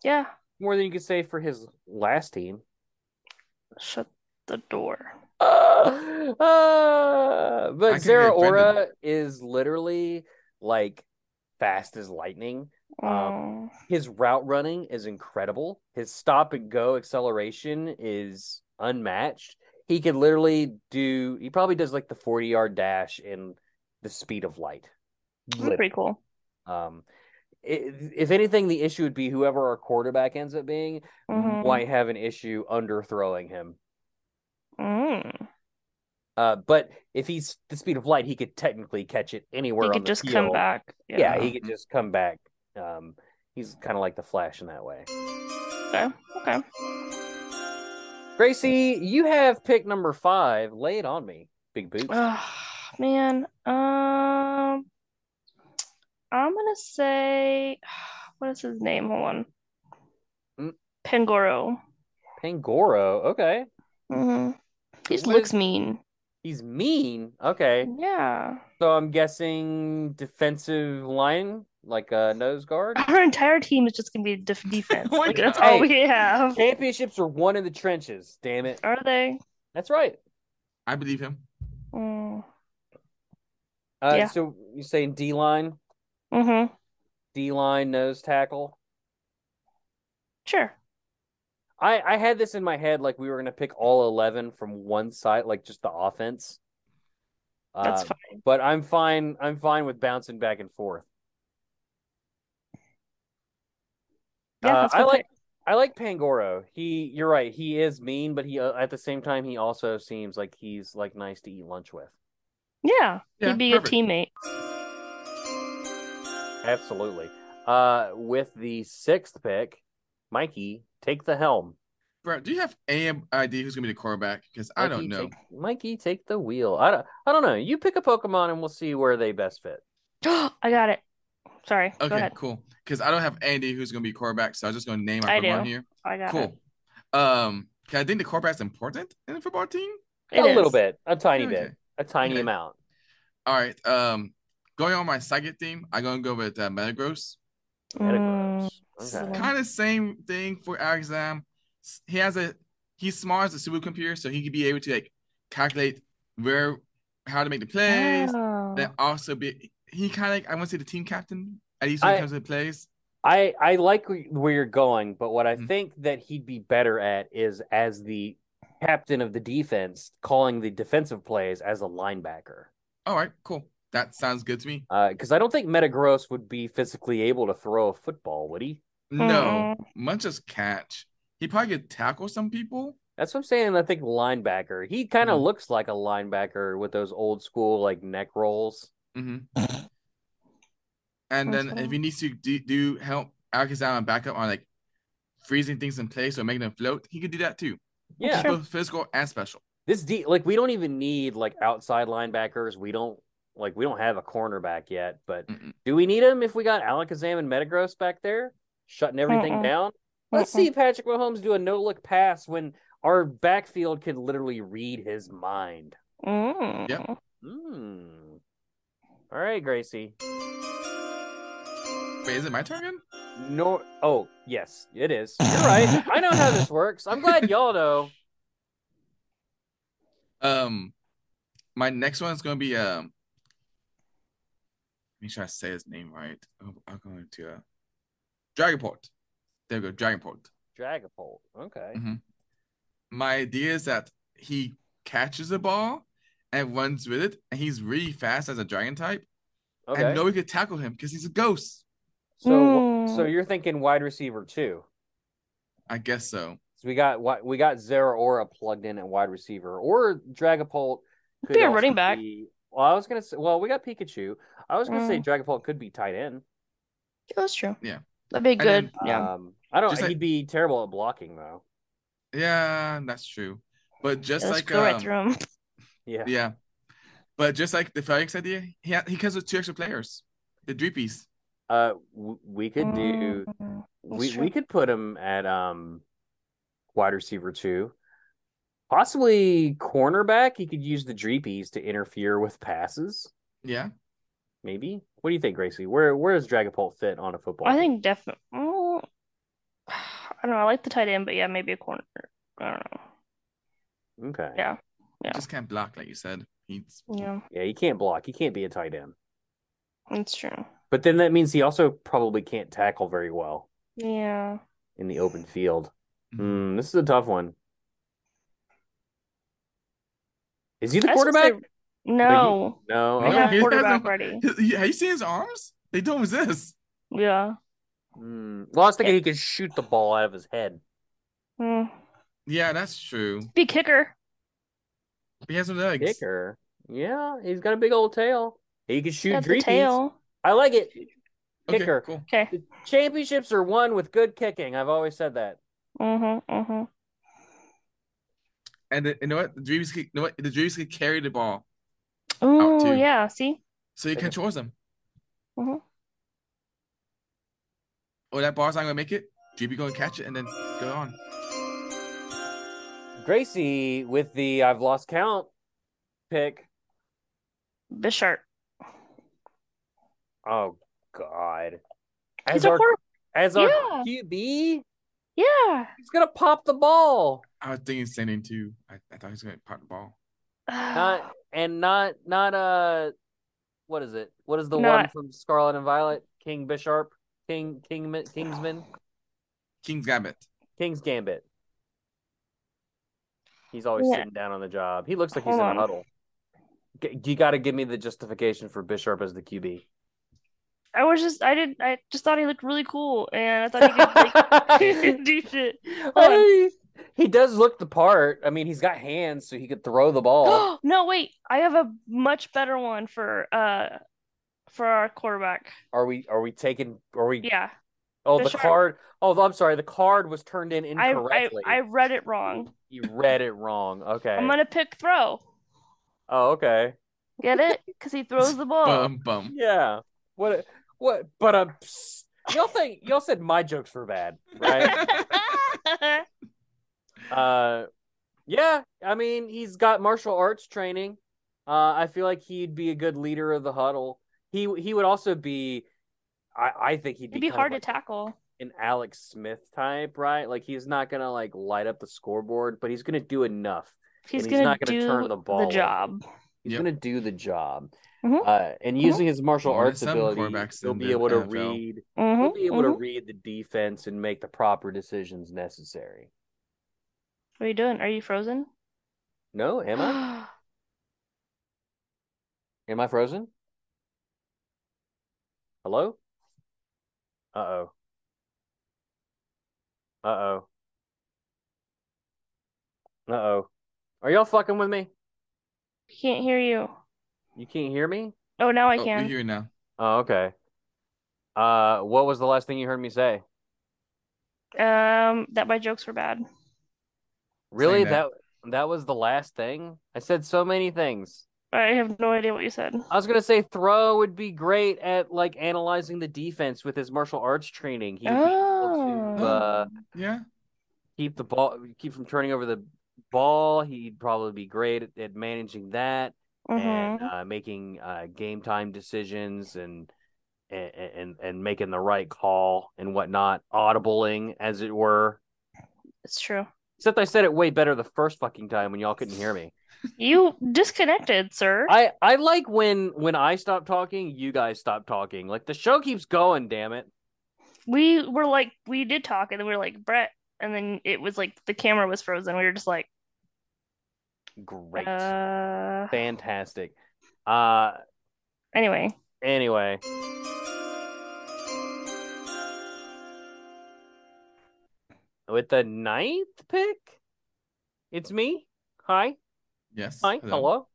S5: yeah.
S4: more than you could say for his last team.
S5: Shut the door.
S4: Uh, uh,
S3: I
S4: but
S3: could
S4: Zara
S3: get offended.
S4: Aura is literally like fast as lightning.
S5: Oh.
S4: Um, His route running is incredible. His stop and go acceleration is unmatched. He could literally do, he probably does like the 40 yard dash in the speed of light.
S5: that's pretty cool.
S4: Um, i- if anything, the issue would be whoever our quarterback ends up being
S5: Mhm.
S4: might have an issue under throwing him.
S5: Mm.
S4: Uh, but if he's the speed of light, he could technically catch it anywhere
S5: He
S4: on
S5: could
S4: the
S5: just come
S4: field.
S5: back.
S4: Yeah, he could
S3: Mhm.
S4: just come back. Um, he's kind of like the Flash in that way.
S5: Okay. Okay.
S4: Gracie, you have pick number five. Lay it on me, big boots.
S5: Oh, man. Um, I'm gonna say, what is his name? Hold on.
S4: Mm.
S5: Pangoro.
S4: Pangoro. Okay,
S5: hmm He just
S4: What
S5: looks
S4: is-
S5: mean.
S4: He's mean. Okay.
S5: Yeah.
S4: So I'm guessing defensive line, like a nose guard.
S5: Our entire team is just gonna be def- defense.
S3: my
S5: like, that's
S4: God.
S5: all
S4: Hey.
S5: we have.
S4: Championships are won in the trenches. Damn it.
S5: Are they?
S4: That's right.
S3: I believe him.
S5: Mm.
S4: Uh,
S5: Yeah.
S4: So you're saying D line,
S5: Mm-hmm.
S4: D line, nose tackle.
S5: Sure.
S4: I I had this in my head like we were gonna pick all eleven from one side, like just the offense.
S5: That's
S4: Um,
S5: fine.
S4: But I'm fine. I'm fine with bouncing back and forth.
S5: Yeah,
S4: uh,
S5: that's
S4: I
S5: my
S4: like
S5: pick.
S4: I like Pangoro. He, you're right. He is mean, but he uh, at the same time he also seems like he's like nice to eat lunch with.
S5: Yeah.
S3: Yeah,
S5: He'd be
S3: perfect.
S5: a teammate.
S4: Absolutely. Uh, with the sixth pick, Mikey, take the helm.
S3: Bro, do you have any idea who's gonna be the quarterback? Because I don't
S4: Mikey,
S3: know.
S4: take- Mikey, take the wheel. I don't. I don't know. You pick a Pokemon, and we'll see where they best fit.
S5: I got it. Sorry. Go
S3: Okay,
S5: ahead.
S3: cool. Because I don't have any idea who's gonna be quarterback, so I'm just gonna name my
S5: I
S3: Pokemon
S5: do.
S3: here.
S5: I got it.
S3: Cool. Um, 'cause I think the quarterback's important in a football team.
S5: It
S4: a little
S5: is.
S4: bit, a tiny
S3: Okay.
S4: bit, a tiny
S3: Okay.
S4: amount.
S3: All right. Um, going on my psychic theme, I'm gonna go with uh, Metagross.
S5: Mm.
S4: Metagross. Okay.
S5: so-
S3: Kind of same thing for Alakazam. S- He has a he's smart as a supercomputer, so he could be able to like calculate where how to make the plays.
S5: Oh.
S3: That also be he kind of like, I want to say the team captain at least when
S4: I-
S3: it comes to the plays.
S4: I I like where- where you're going, but what I
S3: Mhm.
S4: think that he'd be better at is as the captain of the defense, calling the defensive plays as a linebacker.
S3: All right, cool. That sounds good to me.
S4: Because I don't think Metagross would be physically able to throw a football, would he?
S5: Hmm.
S3: No, much as catch. He probably could tackle some people.
S4: That's what I'm saying. I think linebacker. He kind of
S3: Mhm.
S4: looks like a linebacker with those old school like neck rolls.
S3: hmm And then if
S5: Okay.
S3: he needs to do, do help Alakazam and back up on like freezing things in place or making them float, he could do that too.
S4: Yeah,
S5: Sure.
S3: Both physical and special.
S4: this D like we don't even need like outside linebackers. We don't like we don't have a cornerback yet, but
S3: Mm-mm.
S4: Do we need him if we got Alakazam and Metagross back there shutting everything
S5: Mm-mm.
S4: down? Let's
S5: Mm-mm.
S4: see Patrick Mahomes do a no look pass when our backfield can literally read his mind.
S5: Mm.
S3: Yep.
S4: Mm. All right, Gracie.
S3: Wait, is it my turn again?
S4: No, oh yes, it is. You're right. I know how this works. I'm glad y'all know.
S3: Um, my next one is gonna be um. Make sure I say his name right. Oh, I'm going to uh, Dragonport. There we go, Dragonport.
S4: Dragapult. Okay.
S3: My idea is that he catches the ball and runs with it, and he's really fast as a dragon type,
S4: Okay.
S3: and nobody could tackle him because he's a ghost.
S4: so, so
S5: Mm.
S4: you're thinking wide receiver too?
S3: I guess so.
S4: So we got wi- we got Zara Aura plugged in at wide receiver, or Dragapult could
S5: Be a
S4: also
S5: running back.
S4: be- well, I was gonna say. Well, we got Pikachu. I was gonna say
S5: Mm.
S4: Dragapult could be tight end.
S5: Yeah, That's true.
S3: Yeah.
S5: That'd be
S3: then, uh,
S5: good. yeah.
S4: Um, I don't.
S3: Just like-
S4: he'd be terrible at blocking though.
S3: Yeah, that's true. But just
S5: Yeah, let's
S3: like
S5: go right
S3: um,
S5: through him.
S4: Yeah.
S3: yeah, but just like the Felix idea, he ha- he comes with two extra players, the three piece.
S4: Uh, w- we could do.
S5: Mm.
S4: We
S5: true.
S4: we could put him at um, wide receiver two, possibly cornerback. He could use the Dreepies to interfere with passes.
S3: Yeah,
S4: Maybe. What do you think, Gracie? Where where does Dragapult fit on a football?
S5: I
S4: team?
S5: think definitely. I don't know. I like the tight end, but yeah, maybe a corner. I don't know.
S4: Okay.
S5: Yeah.
S3: he
S5: Yeah.
S3: just can't block like you said. He's
S5: Yeah,
S4: Yeah, he can't block. He can't be a tight end.
S5: that's true.
S4: But then that means he also probably can't tackle very well
S5: Yeah.
S4: in the open field. Hmm, this is a tough one. Is he the
S5: I was gonna say-
S4: quarterback?
S5: no.
S4: No.
S5: We have
S4: Okay.
S3: Oh, Yeah.
S5: quarterback already.
S3: Have you seen his arms? They don't exist.
S5: Yeah.
S4: Hmm. Well, I was thinking he could shoot the ball out of his head.
S5: Mm.
S3: Yeah, that's true.
S5: Be kicker.
S3: But he has no legs.
S4: Kicker. Yeah, he's got a big old tail. He can shoot
S5: Got the
S4: dreepies.
S5: tail.
S4: I like it.
S3: Okay,
S4: Kicker.
S3: cool.
S5: Okay.
S4: Championships are won with good kicking. I've always said that.
S5: Mm-hmm. Mm-hmm.
S3: And the, you know what? The Dreams could, you know what? The Dreams could carry the ball,
S5: Oh
S3: too.
S5: yeah. See.
S3: so he
S4: Okay.
S3: controls them.
S5: Mhm.
S3: Oh, that ball's not gonna make it. Dreamy gonna catch it and then go on.
S4: Gracie with the I've lost count pick.
S5: Bishart.
S4: Oh God.
S5: He's
S4: As
S5: a
S4: our
S5: horror-
S4: as our
S5: Yeah.
S4: QB,
S5: Yeah.
S4: he's gonna pop the ball.
S3: I was thinking standing too. I, I thought he was going to pop the ball.
S4: Not and not not uh what is it? What is the one
S5: Not-
S4: from Scarlet and Violet? King Bisharp? King King Kingsman?
S3: King's Gambit.
S4: King's Gambit. He's always
S5: Yeah.
S4: sitting down on the job. He looks like he's
S5: Hold
S4: in
S5: on.
S4: a huddle. G- you got to give me the justification for Bisharp as the QB.
S5: I was just I did I just thought he looked really cool and I thought he could like, do shit. Hold on.
S4: Hey, he does look the part. I mean, he's got hands, so he could throw the ball.
S5: no, wait. I have a much better one for uh for our quarterback.
S4: Are we? Are we taking? Are we?
S5: Yeah.
S4: oh,
S5: the
S4: the
S5: sharp-
S4: card. Oh, I'm sorry. The card was turned in
S5: I, I
S4: incorrectly.
S5: I read it wrong.
S4: you read it wrong. Okay.
S5: I'm gonna pick throw.
S4: Oh, okay.
S5: Get it? Because he throws the ball.
S3: Bum, bum.
S4: Yeah. What? What? But um, psst. y'all think y'all said my jokes were bad, right? uh yeah i mean he's got martial arts training uh i feel like he'd be a good leader of the huddle he he would also be i i think he'd be,
S5: It'd be
S4: kind of
S5: hard to
S4: like
S5: tackle.
S4: an alex smith type right like he's not gonna like light up the scoreboard but he's gonna do enough
S5: He's,
S4: he's
S5: gonna
S4: not gonna
S5: do
S4: turn the
S5: the,
S4: ball over.
S5: job.
S4: he's
S3: Yep.
S4: gonna do the job
S5: Mhm.
S4: uh and using his martial
S3: More than
S4: arts
S3: some
S4: ability
S3: quarterbacks
S4: he'll
S3: in
S4: be
S3: the
S4: able to
S3: NFL.
S4: read
S5: Mhm,
S4: he'll be able
S5: mhm.
S4: to read the defense and make the proper decisions necessary
S5: What are you doing? Are you frozen?
S4: no am i Am I frozen? Hello? Uh oh. Uh oh. Uh oh. Are y'all fucking with me?
S5: Can't hear you.
S4: You can't hear me?
S5: Oh, now I
S3: Oh,
S5: can.
S3: you hear it now.
S4: Oh, okay. Uh, what was the last thing you heard me say?
S5: Um, that my jokes were bad.
S4: Really? That
S3: that.
S4: that was the last thing? I said so many things.
S5: I have no idea what you said.
S4: I was gonna say throw would be great at like analyzing the defense with his martial arts training. He'd be able to,
S5: Oh.
S4: uh,
S3: Yeah.
S4: keep the ball keep from turning over the ball he'd probably be great at, at managing that and
S5: Mhm.
S4: uh, making uh, game time decisions and and, and and making the right call and whatnot audibling as it were
S5: It's true.
S4: except i said it way better the first fucking time when y'all couldn't hear me
S5: You disconnected, sir.
S4: i i like when when i stop talking you guys stop talking like the show keeps going damn it
S5: we were like, we did talk, and then we were like, Brett, and then it was like the camera was frozen. We were just like,
S4: great
S5: uh,
S4: fantastic uh
S5: anyway.
S4: anyway with the ninth pick it's me hi
S3: Yes.
S4: hi hello,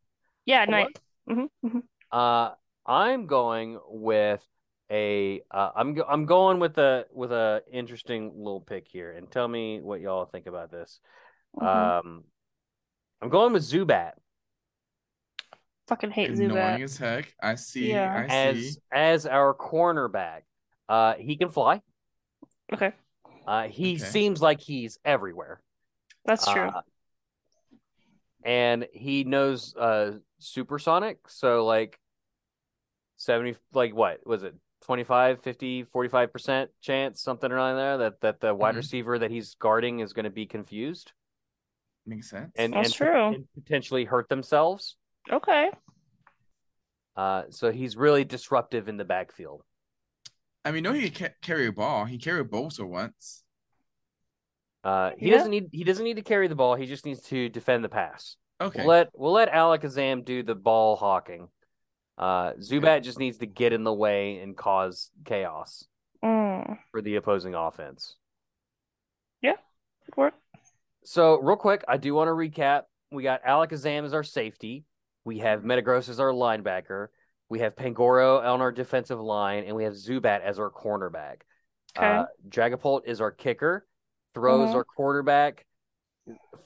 S5: Yeah,
S4: Hello?
S5: night. Mhm, mhm.
S4: uh i'm going with a uh, i'm go- i'm going with a with a interesting little pick here and tell me what y'all think about this
S5: Mhm.
S4: um i'm going with zubat
S5: Fucking hate
S3: Annoying
S5: Zubat.
S3: as heck. I see.
S5: Yeah.
S3: I
S4: as
S3: see.
S4: as our cornerback uh he can fly
S5: Okay,
S4: uh he
S3: Okay.
S4: seems like he's everywhere
S5: that's true.
S4: Uh, and he knows uh supersonic, so like 70 like what was it? 25, 50, 45% chance something around there that that the wide
S5: Mm-hmm.
S3: Mhm.
S4: receiver that he's guarding is going to be confused
S3: Makes sense.
S4: and
S5: That's
S4: and,
S5: true.
S4: and potentially hurt themselves.
S5: okay,
S4: Uh so he's really disruptive in the backfield.
S3: I mean, no, he can carry a ball. He carried Bosa once.
S4: Uh he
S5: Yeah.
S4: doesn't need he doesn't need to carry the ball, he just needs to defend the pass.
S3: Okay.
S4: We'll let we'll let Alakazam do the ball hawking. Uh, Zubat just needs to get in the way and cause chaos
S5: mm.
S4: for the opposing offense.
S5: good work.
S4: So real quick, I do want to recap. We got Alakazam as our safety. We have Metagross as our linebacker. We have Pangoro on our defensive line, and we have Zubat as our cornerback.
S5: Okay.
S4: Uh, Dragapult is our kicker. Throw is
S5: Mhm.
S4: our quarterback.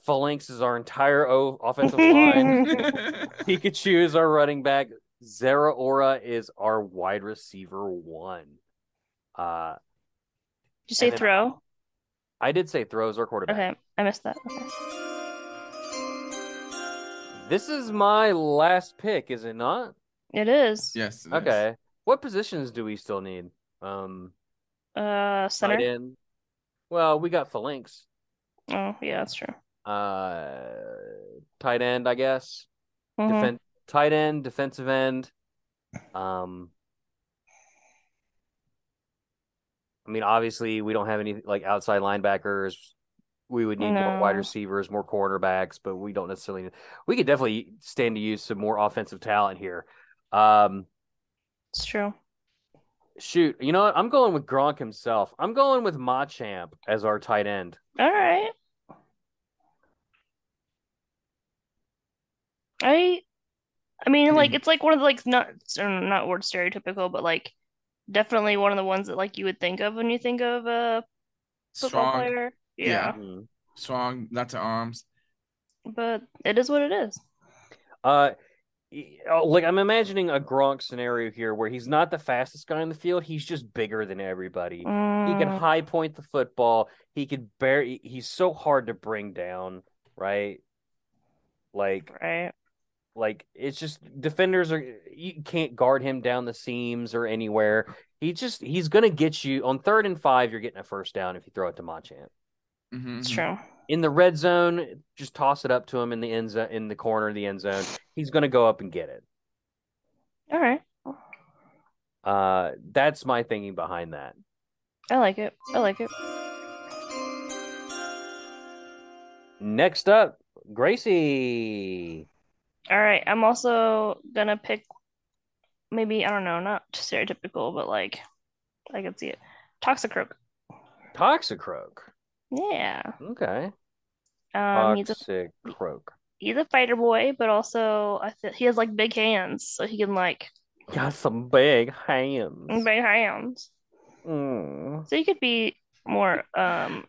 S4: Phalanx is our entire o- offensive line. Pikachu is our running back. Zeraora is our wide receiver one. Uh,
S5: Did you say
S4: and then-
S5: throw?
S4: I did say throws our quarterback.
S5: Okay, I missed that. Okay.
S4: This is my last pick, is it not?
S5: It is.
S3: Yes. it is.
S4: Okay. What positions do we still need? Um,
S5: Uh,
S4: tight
S5: center.
S4: end. Well, we got phalanx.
S5: Oh, yeah, that's true.
S4: Uh, tight end, I guess.
S5: Mhm.
S4: Defen- tight end, defensive end. Um, I mean, obviously, we don't have any like outside linebackers. We would need more wide
S5: No.
S4: receivers, more cornerbacks, but we don't necessarily. We could definitely stand to use some more offensive talent here. Um,
S5: It's true.
S4: shoot, you know what? I'm going with Gronk himself. I'm going with Machamp as our tight end.
S5: All right. I, I mean, like
S3: Hmm.
S5: it's like one of the like not or not word stereotypical, but like definitely one of the ones that like you would think of when you think of a football
S3: Strong,
S5: player.
S3: Yeah.
S5: Yeah,
S4: Mhm.
S3: strong, lots of arms.
S5: but it is what it is.
S4: Uh, y- oh, like I'm imagining a Gronk scenario here where he's not the fastest guy on the field. He's just bigger than everybody. He can
S5: Mm,
S4: high point the football. He can barely. He's so hard to bring down, right? Like,
S5: right.
S4: like it's just defenders are. You can't guard him down the seams or anywhere. He just he's gonna get you on third and five. You're getting a first down if you throw it to Machamp
S3: Mm-hmm.
S5: It's true.
S4: in the red zone. Just toss it up to him in the end zone, in the corner of the end zone. He's gonna go up and get it.
S5: All right.
S4: Uh, that's my thinking behind that.
S5: I like it. I like it.
S4: Next up, Gracie.
S5: All right, I'm also gonna pick maybe I don't know, not stereotypical, but like I can see it. Toxicroak.
S4: Toxicroak.
S5: Yeah.
S4: Okay.
S5: Um, he's a
S4: Toxicroak.
S5: he's a fighter boy, but also I th he has like big hands, so he can like
S4: Got some big hands.
S5: big hands.
S4: Mm.
S5: So he could be more um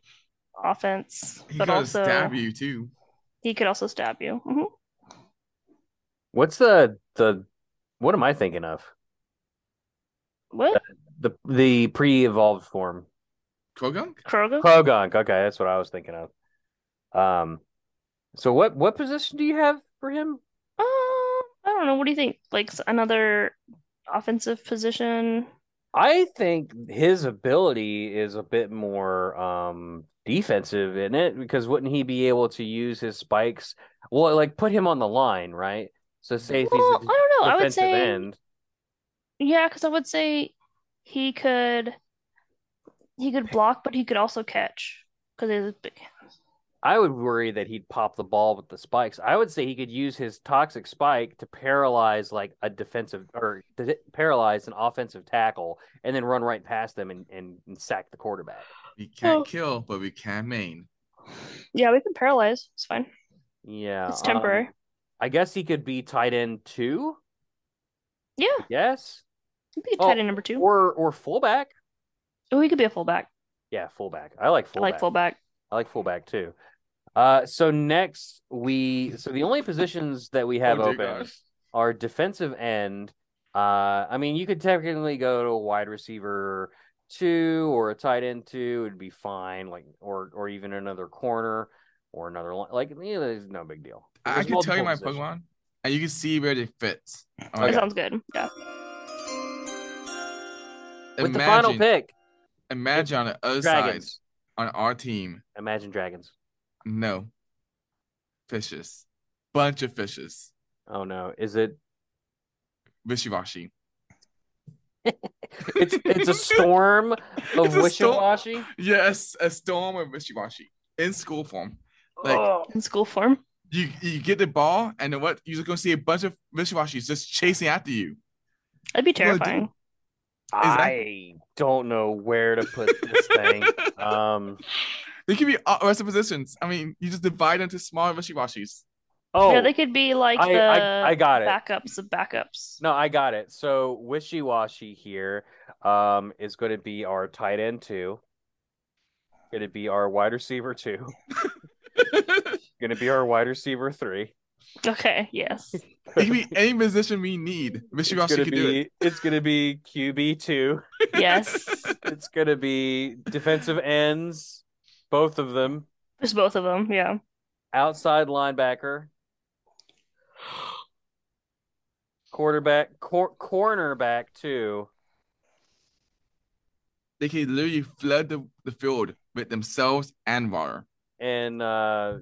S5: offense,
S3: He
S5: but
S3: gotta
S5: also
S3: stab you too.
S5: he could also stab you. hmm
S4: What's the the what am I thinking of?
S5: What?
S4: The the pre-evolved form.
S3: Kogunk?
S5: Kroger?
S4: Krogunk. Okay, that's what I was thinking of. Um so what what position do you have for him?
S5: Um, I don't know. What do you think? Like s- another offensive position?
S4: I think his ability is a bit more um defensive in it because wouldn't he be able to use his spikes? Well, like put him on the line, right? So say if he's
S5: Well, I
S4: a
S5: don't know. I would
S4: defensive
S5: say
S4: end.
S5: yeah, because I would say he could he could block, but he could also catch because he has big hands.
S4: I would worry that he'd pop the ball with the spikes. I would say he could use his toxic spike to paralyze like a defensive or to hit- paralyze an offensive tackle and then run right past them and, and, and sack the quarterback.
S3: We can't
S5: Oh.
S3: kill, but we can maim.
S5: Yeah, we can paralyze. It's fine.
S4: Yeah.
S5: It's
S4: um,
S5: temporary.
S4: I guess he could be tight end two.
S5: Yeah,
S4: Yes.
S5: he could be
S4: Oh,
S5: tight end number two.
S4: Or or fullback.
S5: Oh, he could be a fullback.
S4: Yeah, fullback. I like
S5: I
S4: fullback.
S5: like fullback.
S4: I like fullback too. Uh, so next we so the only positions that we have
S3: Oh, dear
S4: open
S3: God.
S4: are defensive end. Uh, I mean, you could technically go to a wide receiver two or a tight end two; it'd be fine. Like or or even another corner or another li- like you know, there's no big deal.
S3: I I
S4: There's
S3: can tell you
S4: multiple
S3: my
S4: positions.
S3: Pokemon, and you can see where they fit. All
S5: That
S3: right.
S5: sounds good. Yeah.
S4: With the final
S3: Imagine-
S4: pick,
S3: Imagine on the other side,
S4: dragons.
S3: on our team,
S4: Imagine dragons.
S3: no fishes, bunch of fishes,
S4: Oh no, is it?
S3: wishy-washy.
S4: It's it's a storm
S3: It's
S4: of
S3: a
S4: wishy
S3: storm.
S4: washy.
S3: Yes, a storm of wishy-washy in school form. Like
S5: In school form.
S3: you, you get the ball, and then what? You're just gonna see a bunch of wishy-washies just chasing after you.
S5: That'd be
S3: Well, dude,
S5: terrifying.
S4: I don't know where to put this thing. Um,
S3: They could be all rest of positions. I mean, you just divide into small wishy-washies.
S4: oh
S5: Yeah, they could be like
S4: I- I-
S5: the
S4: I got it.
S5: backups of backups.
S4: no, I got it. So wishy washy here um, is going to be our tight end two. Going to be our wide receiver two.
S3: it
S4: Going to be our wide receiver three.
S5: Okay, yes.
S3: could be any position we need.
S4: It's
S3: Wishy-washy
S4: going to
S3: could do
S4: be
S3: it.
S4: it's going to be QB two.
S5: Yes.
S4: It's going to be defensive ends, both of them.
S5: Just both of them, yeah.
S4: Outside linebacker. Quarterback, cor- cornerback too.
S3: They can literally flood the, the field with themselves and water.
S4: and uh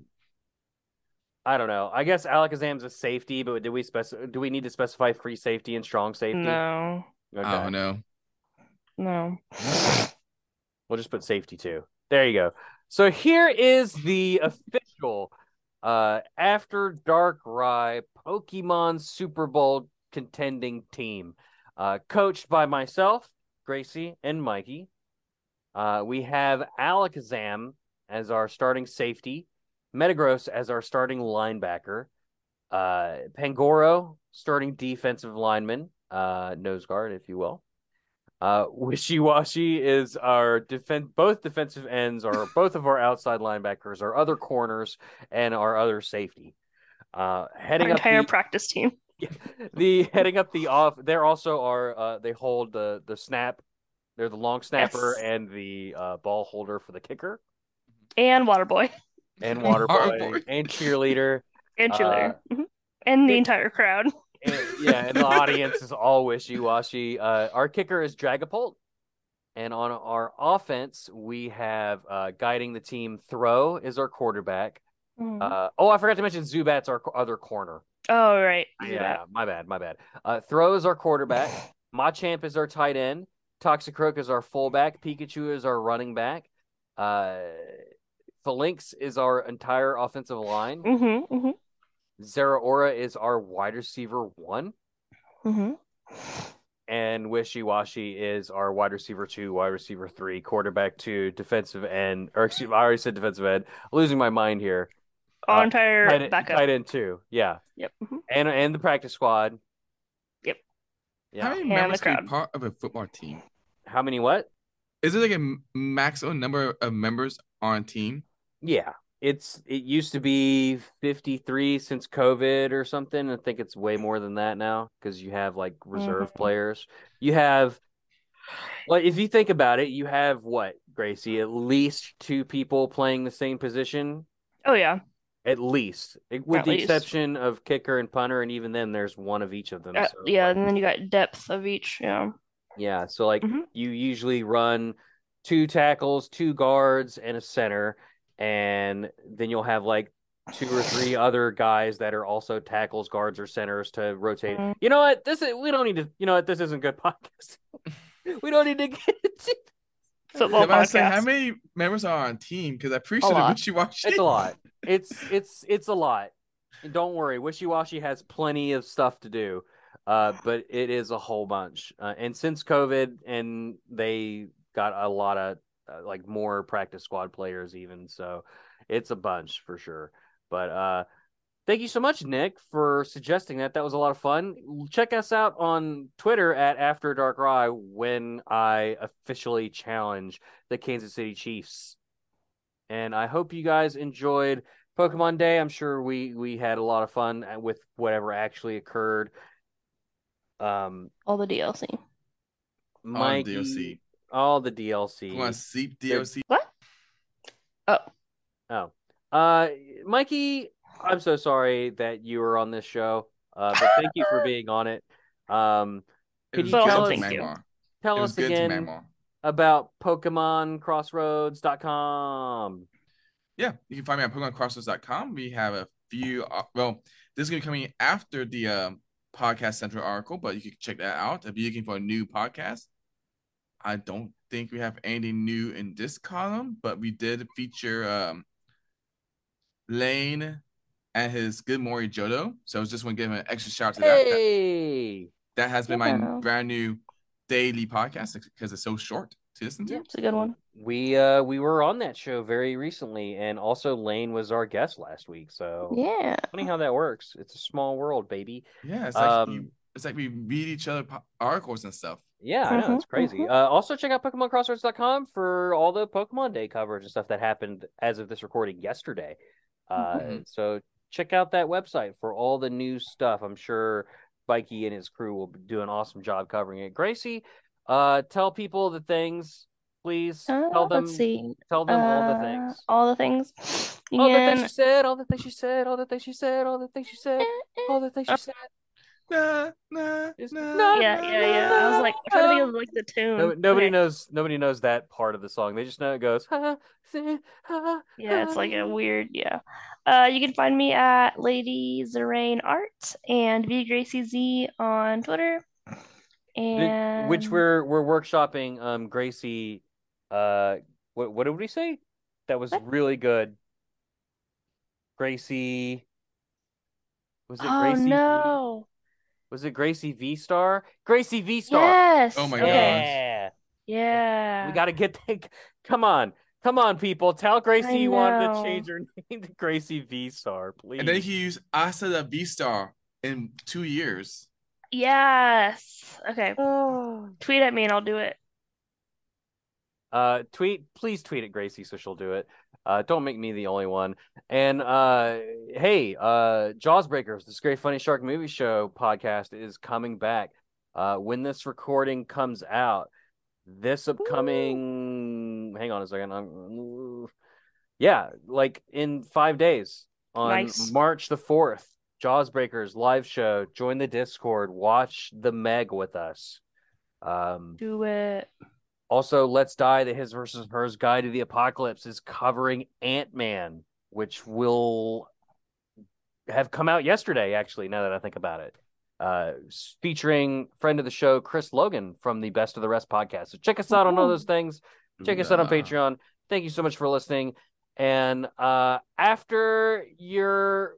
S4: I don't know. I guess Alakazam's a safety, but do we spec- do we need to specify free safety and strong safety?
S5: No,
S4: Okay.
S3: I don't know.
S5: no.
S4: We'll just put safety too. There you go. So here is the official uh after dark rye Pokemon Super Bowl contending team. Uh coached by myself, Gracie, and Mikey. Uh we have Alakazam as our starting safety, Metagross as our starting linebacker, uh Pangoro starting defensive lineman, uh nose guard, if you will. Uh, Wishy Washy is our defense. Both defensive ends are both of our outside linebackers, our other corners, and our other safety. Uh, heading
S5: Our
S4: up
S5: entire
S4: the,
S5: practice team.
S4: the heading up the off. They're also our. Uh, they hold the the snap. They're the long snapper
S5: Yes.
S4: and the uh, ball holder for the kicker
S5: And Waterboy.
S4: and water
S3: Water
S4: boy
S3: boy.
S4: and cheerleader.
S5: And
S4: Uh,
S5: cheerleader. Mhm. and the
S4: it-
S5: entire crowd.
S4: And- yeah, and the audience is all wishy washy. Uh, our kicker is Dragapult, and on our offense, we have uh, guiding the team. Throw is our quarterback.
S5: Mhm.
S4: Uh, oh, I forgot to mention Zubat's our co- other corner.
S5: oh right.
S4: Yeah, my bad, my bad. Uh, throw is our quarterback. Machamp is our tight end. Toxicroak is our fullback. Pikachu is our running back. Uh, Phalanx is our entire offensive line.
S5: Mm-hmm, mm-hmm,
S4: Zeraora is our wide receiver one.
S5: mm-hmm.
S4: Uh, and Wishy Washy is our wide receiver two, wide receiver three, quarterback two, defensive end, or excuse me, I already said defensive end. Losing my mind here.
S5: Our
S4: Uh,
S5: entire
S4: Tight,
S5: backup.
S4: tight end two, yeah,
S5: Yep. mhm.
S4: and and the practice squad.
S5: Yep.
S4: Yeah.
S3: How many
S5: And the
S3: members can
S5: crowd.
S3: be part of a football team?
S4: How many? What?
S3: Is it like a m- maximum number of members on a team?
S4: Yeah. It's it used to be fifty three since COVID or something. I think it's way more than that now because you have like reserve
S5: Mhm.
S4: players. You have well, if you think about it, you have what, Gracie? At least two people playing the same position.
S5: Oh yeah.
S4: At least, It- with
S5: At
S4: the
S5: least.
S4: exception of kicker and punter, and even then, there's one of each of them.
S5: Uh,
S4: so,
S5: yeah,
S4: like,
S5: and then you got depth of each, yeah.
S4: yeah. So like,
S5: Mhm.
S4: you usually run two tackles, two guards, and a center, and then you'll have like two or three other guys that are also tackles, guards, or centers to rotate.
S5: Mhm.
S4: You know what? This is we don't need to. You know what? This isn't good podcast. we don't need to get into.
S5: Football
S3: Yeah, but I said, how
S5: podcast.
S3: many members are on a team? Because I'm pretty sure the
S5: lot.
S3: wishy washy.
S4: It's a lot. It's it's it's a lot. And Don't worry, Wishy Washy has plenty of stuff to do, uh, but it is a whole bunch. Uh, and since COVID, and they got a lot of uh, like more practice squad players, even so, it's a bunch for sure. But uh, thank you so much, Nick, for suggesting that. That was a lot of fun. Check us out on Twitter at After Dark Rye when I officially challenge the Kansas City Chiefs. And I hope you guys enjoyed Pokemon Day. I'm sure we we had a lot of fun uh, with whatever actually occurred. Um,
S5: All the DLC.
S3: On
S4: Mikey,
S3: DLC.
S4: all the
S3: Come on,
S4: DLC.
S3: sleep DLC.
S5: What?
S4: Uh, Mikey, I'm so sorry that you were on this show. Uh, but thank you for being on it. Um,
S3: It
S4: Could
S3: was
S4: you
S3: good
S4: tell
S3: to
S4: us-
S5: Thank you.
S3: Magmar.
S4: tell
S3: It was
S4: us
S3: good to
S4: again
S3: Magmar.
S4: about PokemonCrossroads.com.
S3: Yeah, you can find me at PokemonCrossroads.com. We have a few. Uh, well, this is going to be coming after the um, Podcast Central article, but you can check that out if you're looking for a new podcast. I don't think we have anything new in this column, but we did feature um, Lane and his Good Morning Jodo. So I was just want to give him an extra shout out to that. that.
S4: Hey,
S3: That has been my
S5: Yeah.
S3: brand new daily podcast because it's so short to listen to.
S5: It's a good one.
S4: we uh we were on that show very recently, and also Lane was our guest last week. So
S5: Yeah.
S4: funny how that works. It's a small world, baby.
S3: Yeah, it's like
S4: Um,
S3: you, it's like we read each other po- articles and stuff.
S4: Yeah, I know
S5: Mhm,
S4: it's crazy.
S5: mhm.
S4: Uh, also, check out PokemonCrossroads.com for all the Pokemon Day coverage and stuff that happened as of this recording yesterday. Uh,
S5: Mm-hmm.
S3: Mhm.
S4: So check out that website for all the new stuff. I'm sure Mikey and his crew will do an awesome job covering it. Gracie, uh, tell people the things, please.
S5: Uh,
S4: tell them,
S5: let's see.
S4: tell them all the
S5: Uh,
S4: things.
S5: All the things.
S4: All the
S5: And-
S4: things she said, all the things she said, all the things she said, all the things she said, all the things she said.
S3: Nah, nah,
S4: It's-
S3: nah,
S5: yeah, yeah,
S3: nah,
S5: yeah. I was like I'm trying to think of like the tune.
S4: No, nobody
S5: Okay.
S4: knows. Nobody knows that part of the song. They just know it goes. "Ah, see, ah,
S5: Yeah, it's like a weird, yeah. Uh, you can find me at Lady Zerain Art and V Gracie Z on Twitter.
S4: Th-
S5: And
S4: which we're we're workshopping um gracie uh what what did we say that was
S5: What?
S4: really good gracie was it
S5: Oh
S4: gracie V-
S5: no.
S4: was it gracie v star gracie v star
S5: Yes.
S3: Oh my
S5: okay.
S3: gosh.
S4: yeah
S5: Yeah.
S4: we gotta get that come on come on people tell gracie you wanted to
S5: know.
S4: change her name to gracie v star please
S3: And then he used Asa the V Star in two years.
S5: Yes. Okay. Tweet at me and I'll do it.
S4: Uh, tweet, please tweet at Gracie so she'll do it. Uh, don't make me the only one. And uh, hey, uh, Jawsbreakers, this great funny shark movie show podcast is coming back. Uh, when this recording comes out, this upcoming, hang on a second, I'm, yeah, like in five days on
S5: Nice.
S4: March the fourth, Jawsbreakers live show. Join the Discord, watch the Meg with us. Um,
S5: Do it.
S4: also, Let's Die, the His versus Hers Guide to the Apocalypse is covering Ant Man, which will have come out yesterday, actually, now that I think about it. Uh, s- featuring friend of the show, Chris Logan from the Best of the Rest podcast. So check us out on all those things. Check us out on
S3: Nah.
S4: Patreon. Thank you so much for listening. And uh, after your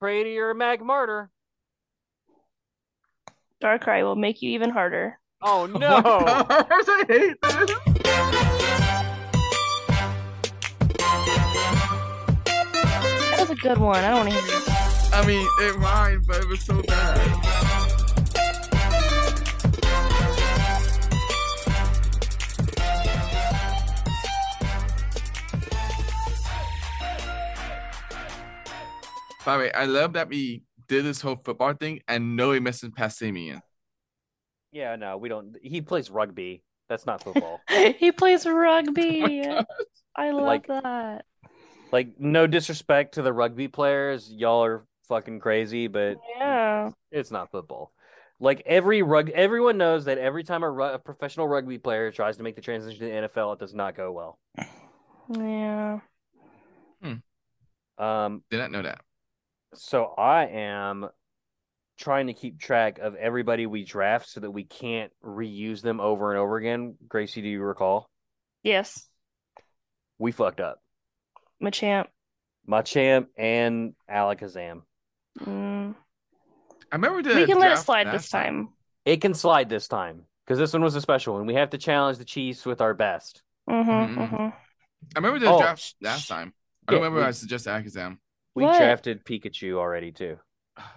S4: pray to your mag martyr.
S5: Darkrai will make you even harder.
S4: Oh no.
S3: I hate this.
S5: That was a good one. I don't want to hear it.
S3: I mean, it rhymed, but it was so bad. By the way, I love that we did this whole football thing and no we missed Passamian.
S4: yeah, no, we don't. He plays rugby. That's not football.
S5: He plays rugby. I love
S4: Oh Like-
S5: that.
S4: Like, no disrespect to the rugby players, y'all are fucking crazy, but
S5: Yeah.
S4: it's not football. Like every rug, everyone knows that every time a, ru- a professional rugby player tries to make the transition to the NFL, it does not go well.
S5: Yeah.
S4: Um,
S3: Did not know that.
S4: so I am trying to keep track of everybody we draft so that we can't reuse them over and over again. Gracie, do you recall?
S5: Yes.
S4: We fucked up.
S5: Machamp.
S4: Machamp and Alakazam.
S5: Mm.
S3: I remember the
S5: We can let it
S3: draft
S5: slide this
S3: last time.
S5: time.
S4: It can slide this time because this one was a special one. We have to challenge the Chiefs with our best.
S3: Mm,
S5: Mm-hmm,
S3: mm,
S5: mm-hmm.
S3: I remember the
S4: Oh,
S3: draft
S4: sh-
S3: last
S4: sh-
S3: time. I don't
S4: yeah,
S3: remember
S4: we-
S3: I suggested Akazam.
S4: We
S5: What?
S4: drafted Pikachu already too.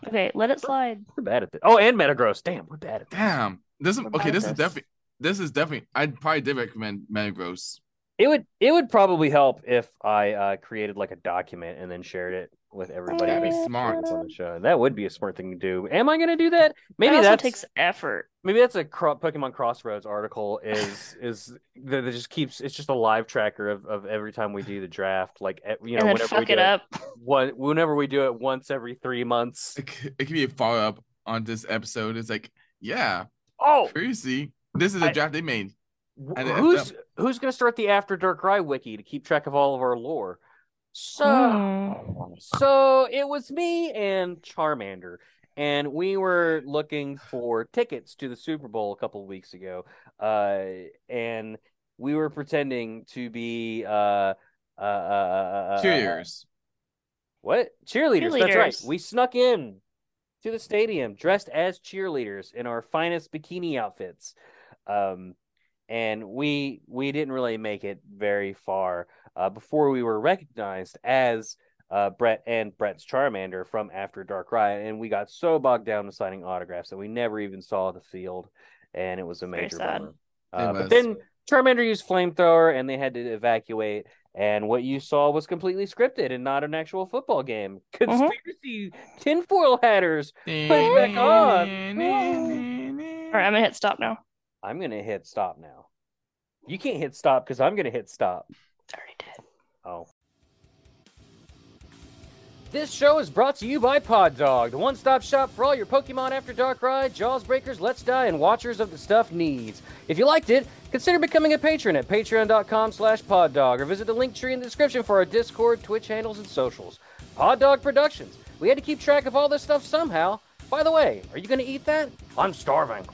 S5: Okay, let it slide.
S4: We're bad at this. Oh, and Metagross. Damn, we're bad at this.
S3: Damn. This is
S5: What
S3: okay.
S5: about
S3: This is
S5: this?
S3: definitely. This is definitely. I probably did recommend Metagross.
S4: It would it would probably help if I uh, created like a document and then shared it with everybody.
S3: That'd be
S4: that
S3: smart.
S4: was on the show. That would be a smart thing to do. Am I going to do that? Maybe
S5: that also
S4: that's
S5: takes effort.
S4: maybe that's a cro- Pokemon Crossroads article. Is is that that just keeps it's just a live tracker of, of every time we do the draft. Like e- you know
S5: and then
S4: whenever we
S5: fuck
S4: do
S5: it up.
S4: one whenever we do it once every three months.
S3: It, c- it could be a follow up on this episode. It's like, yeah,
S4: Oh,
S3: crazy. This is a
S4: I-
S3: draft they made.
S4: Wh-
S3: And it effed
S4: who's who's going to start the after dark rye wiki to keep track of all of our lore so
S5: Mm.
S4: so it was me and charmander and we were looking for tickets to the super bowl a couple of weeks ago uh and we were pretending to be uh uh, uh, uh, uh, uh
S3: Cheers.
S4: what cheerleaders that's right
S5: Cheerleaders.
S4: we snuck in to the stadium dressed as cheerleaders in our finest bikini outfits um and we we didn't really make it very far uh, before we were recognized as uh, Brett and Brett's Charmander from After Dark Riot, and we got so bogged down with signing autographs that we never even saw the field, and it was a
S5: Very
S4: major
S5: sad.
S4: bummer. Uh, but
S3: was.
S4: then Charmander used flamethrower, and they had to evacuate. And what you saw was completely scripted and not an actual football game. Conspiracy tinfoil hatters. it back
S5: All right, I'm gonna hit stop now.
S4: I'm gonna hit stop now. You can't hit stop because I'm gonna hit stop.
S5: I already did.
S4: Oh. This show is brought to you by Pod Dog, the one stop shop for all your Pokemon After Dark Ride, Jaws Breakers, Let's Die, and Watchers of the Stuff needs. If you liked it, consider becoming a patron at patreon.com slash poddog or visit the link tree in the description for our Discord, Twitch handles, and socials. Pod Dog Productions. We had to keep track of all this stuff somehow. By the way, are you going to eat that? I'm starving.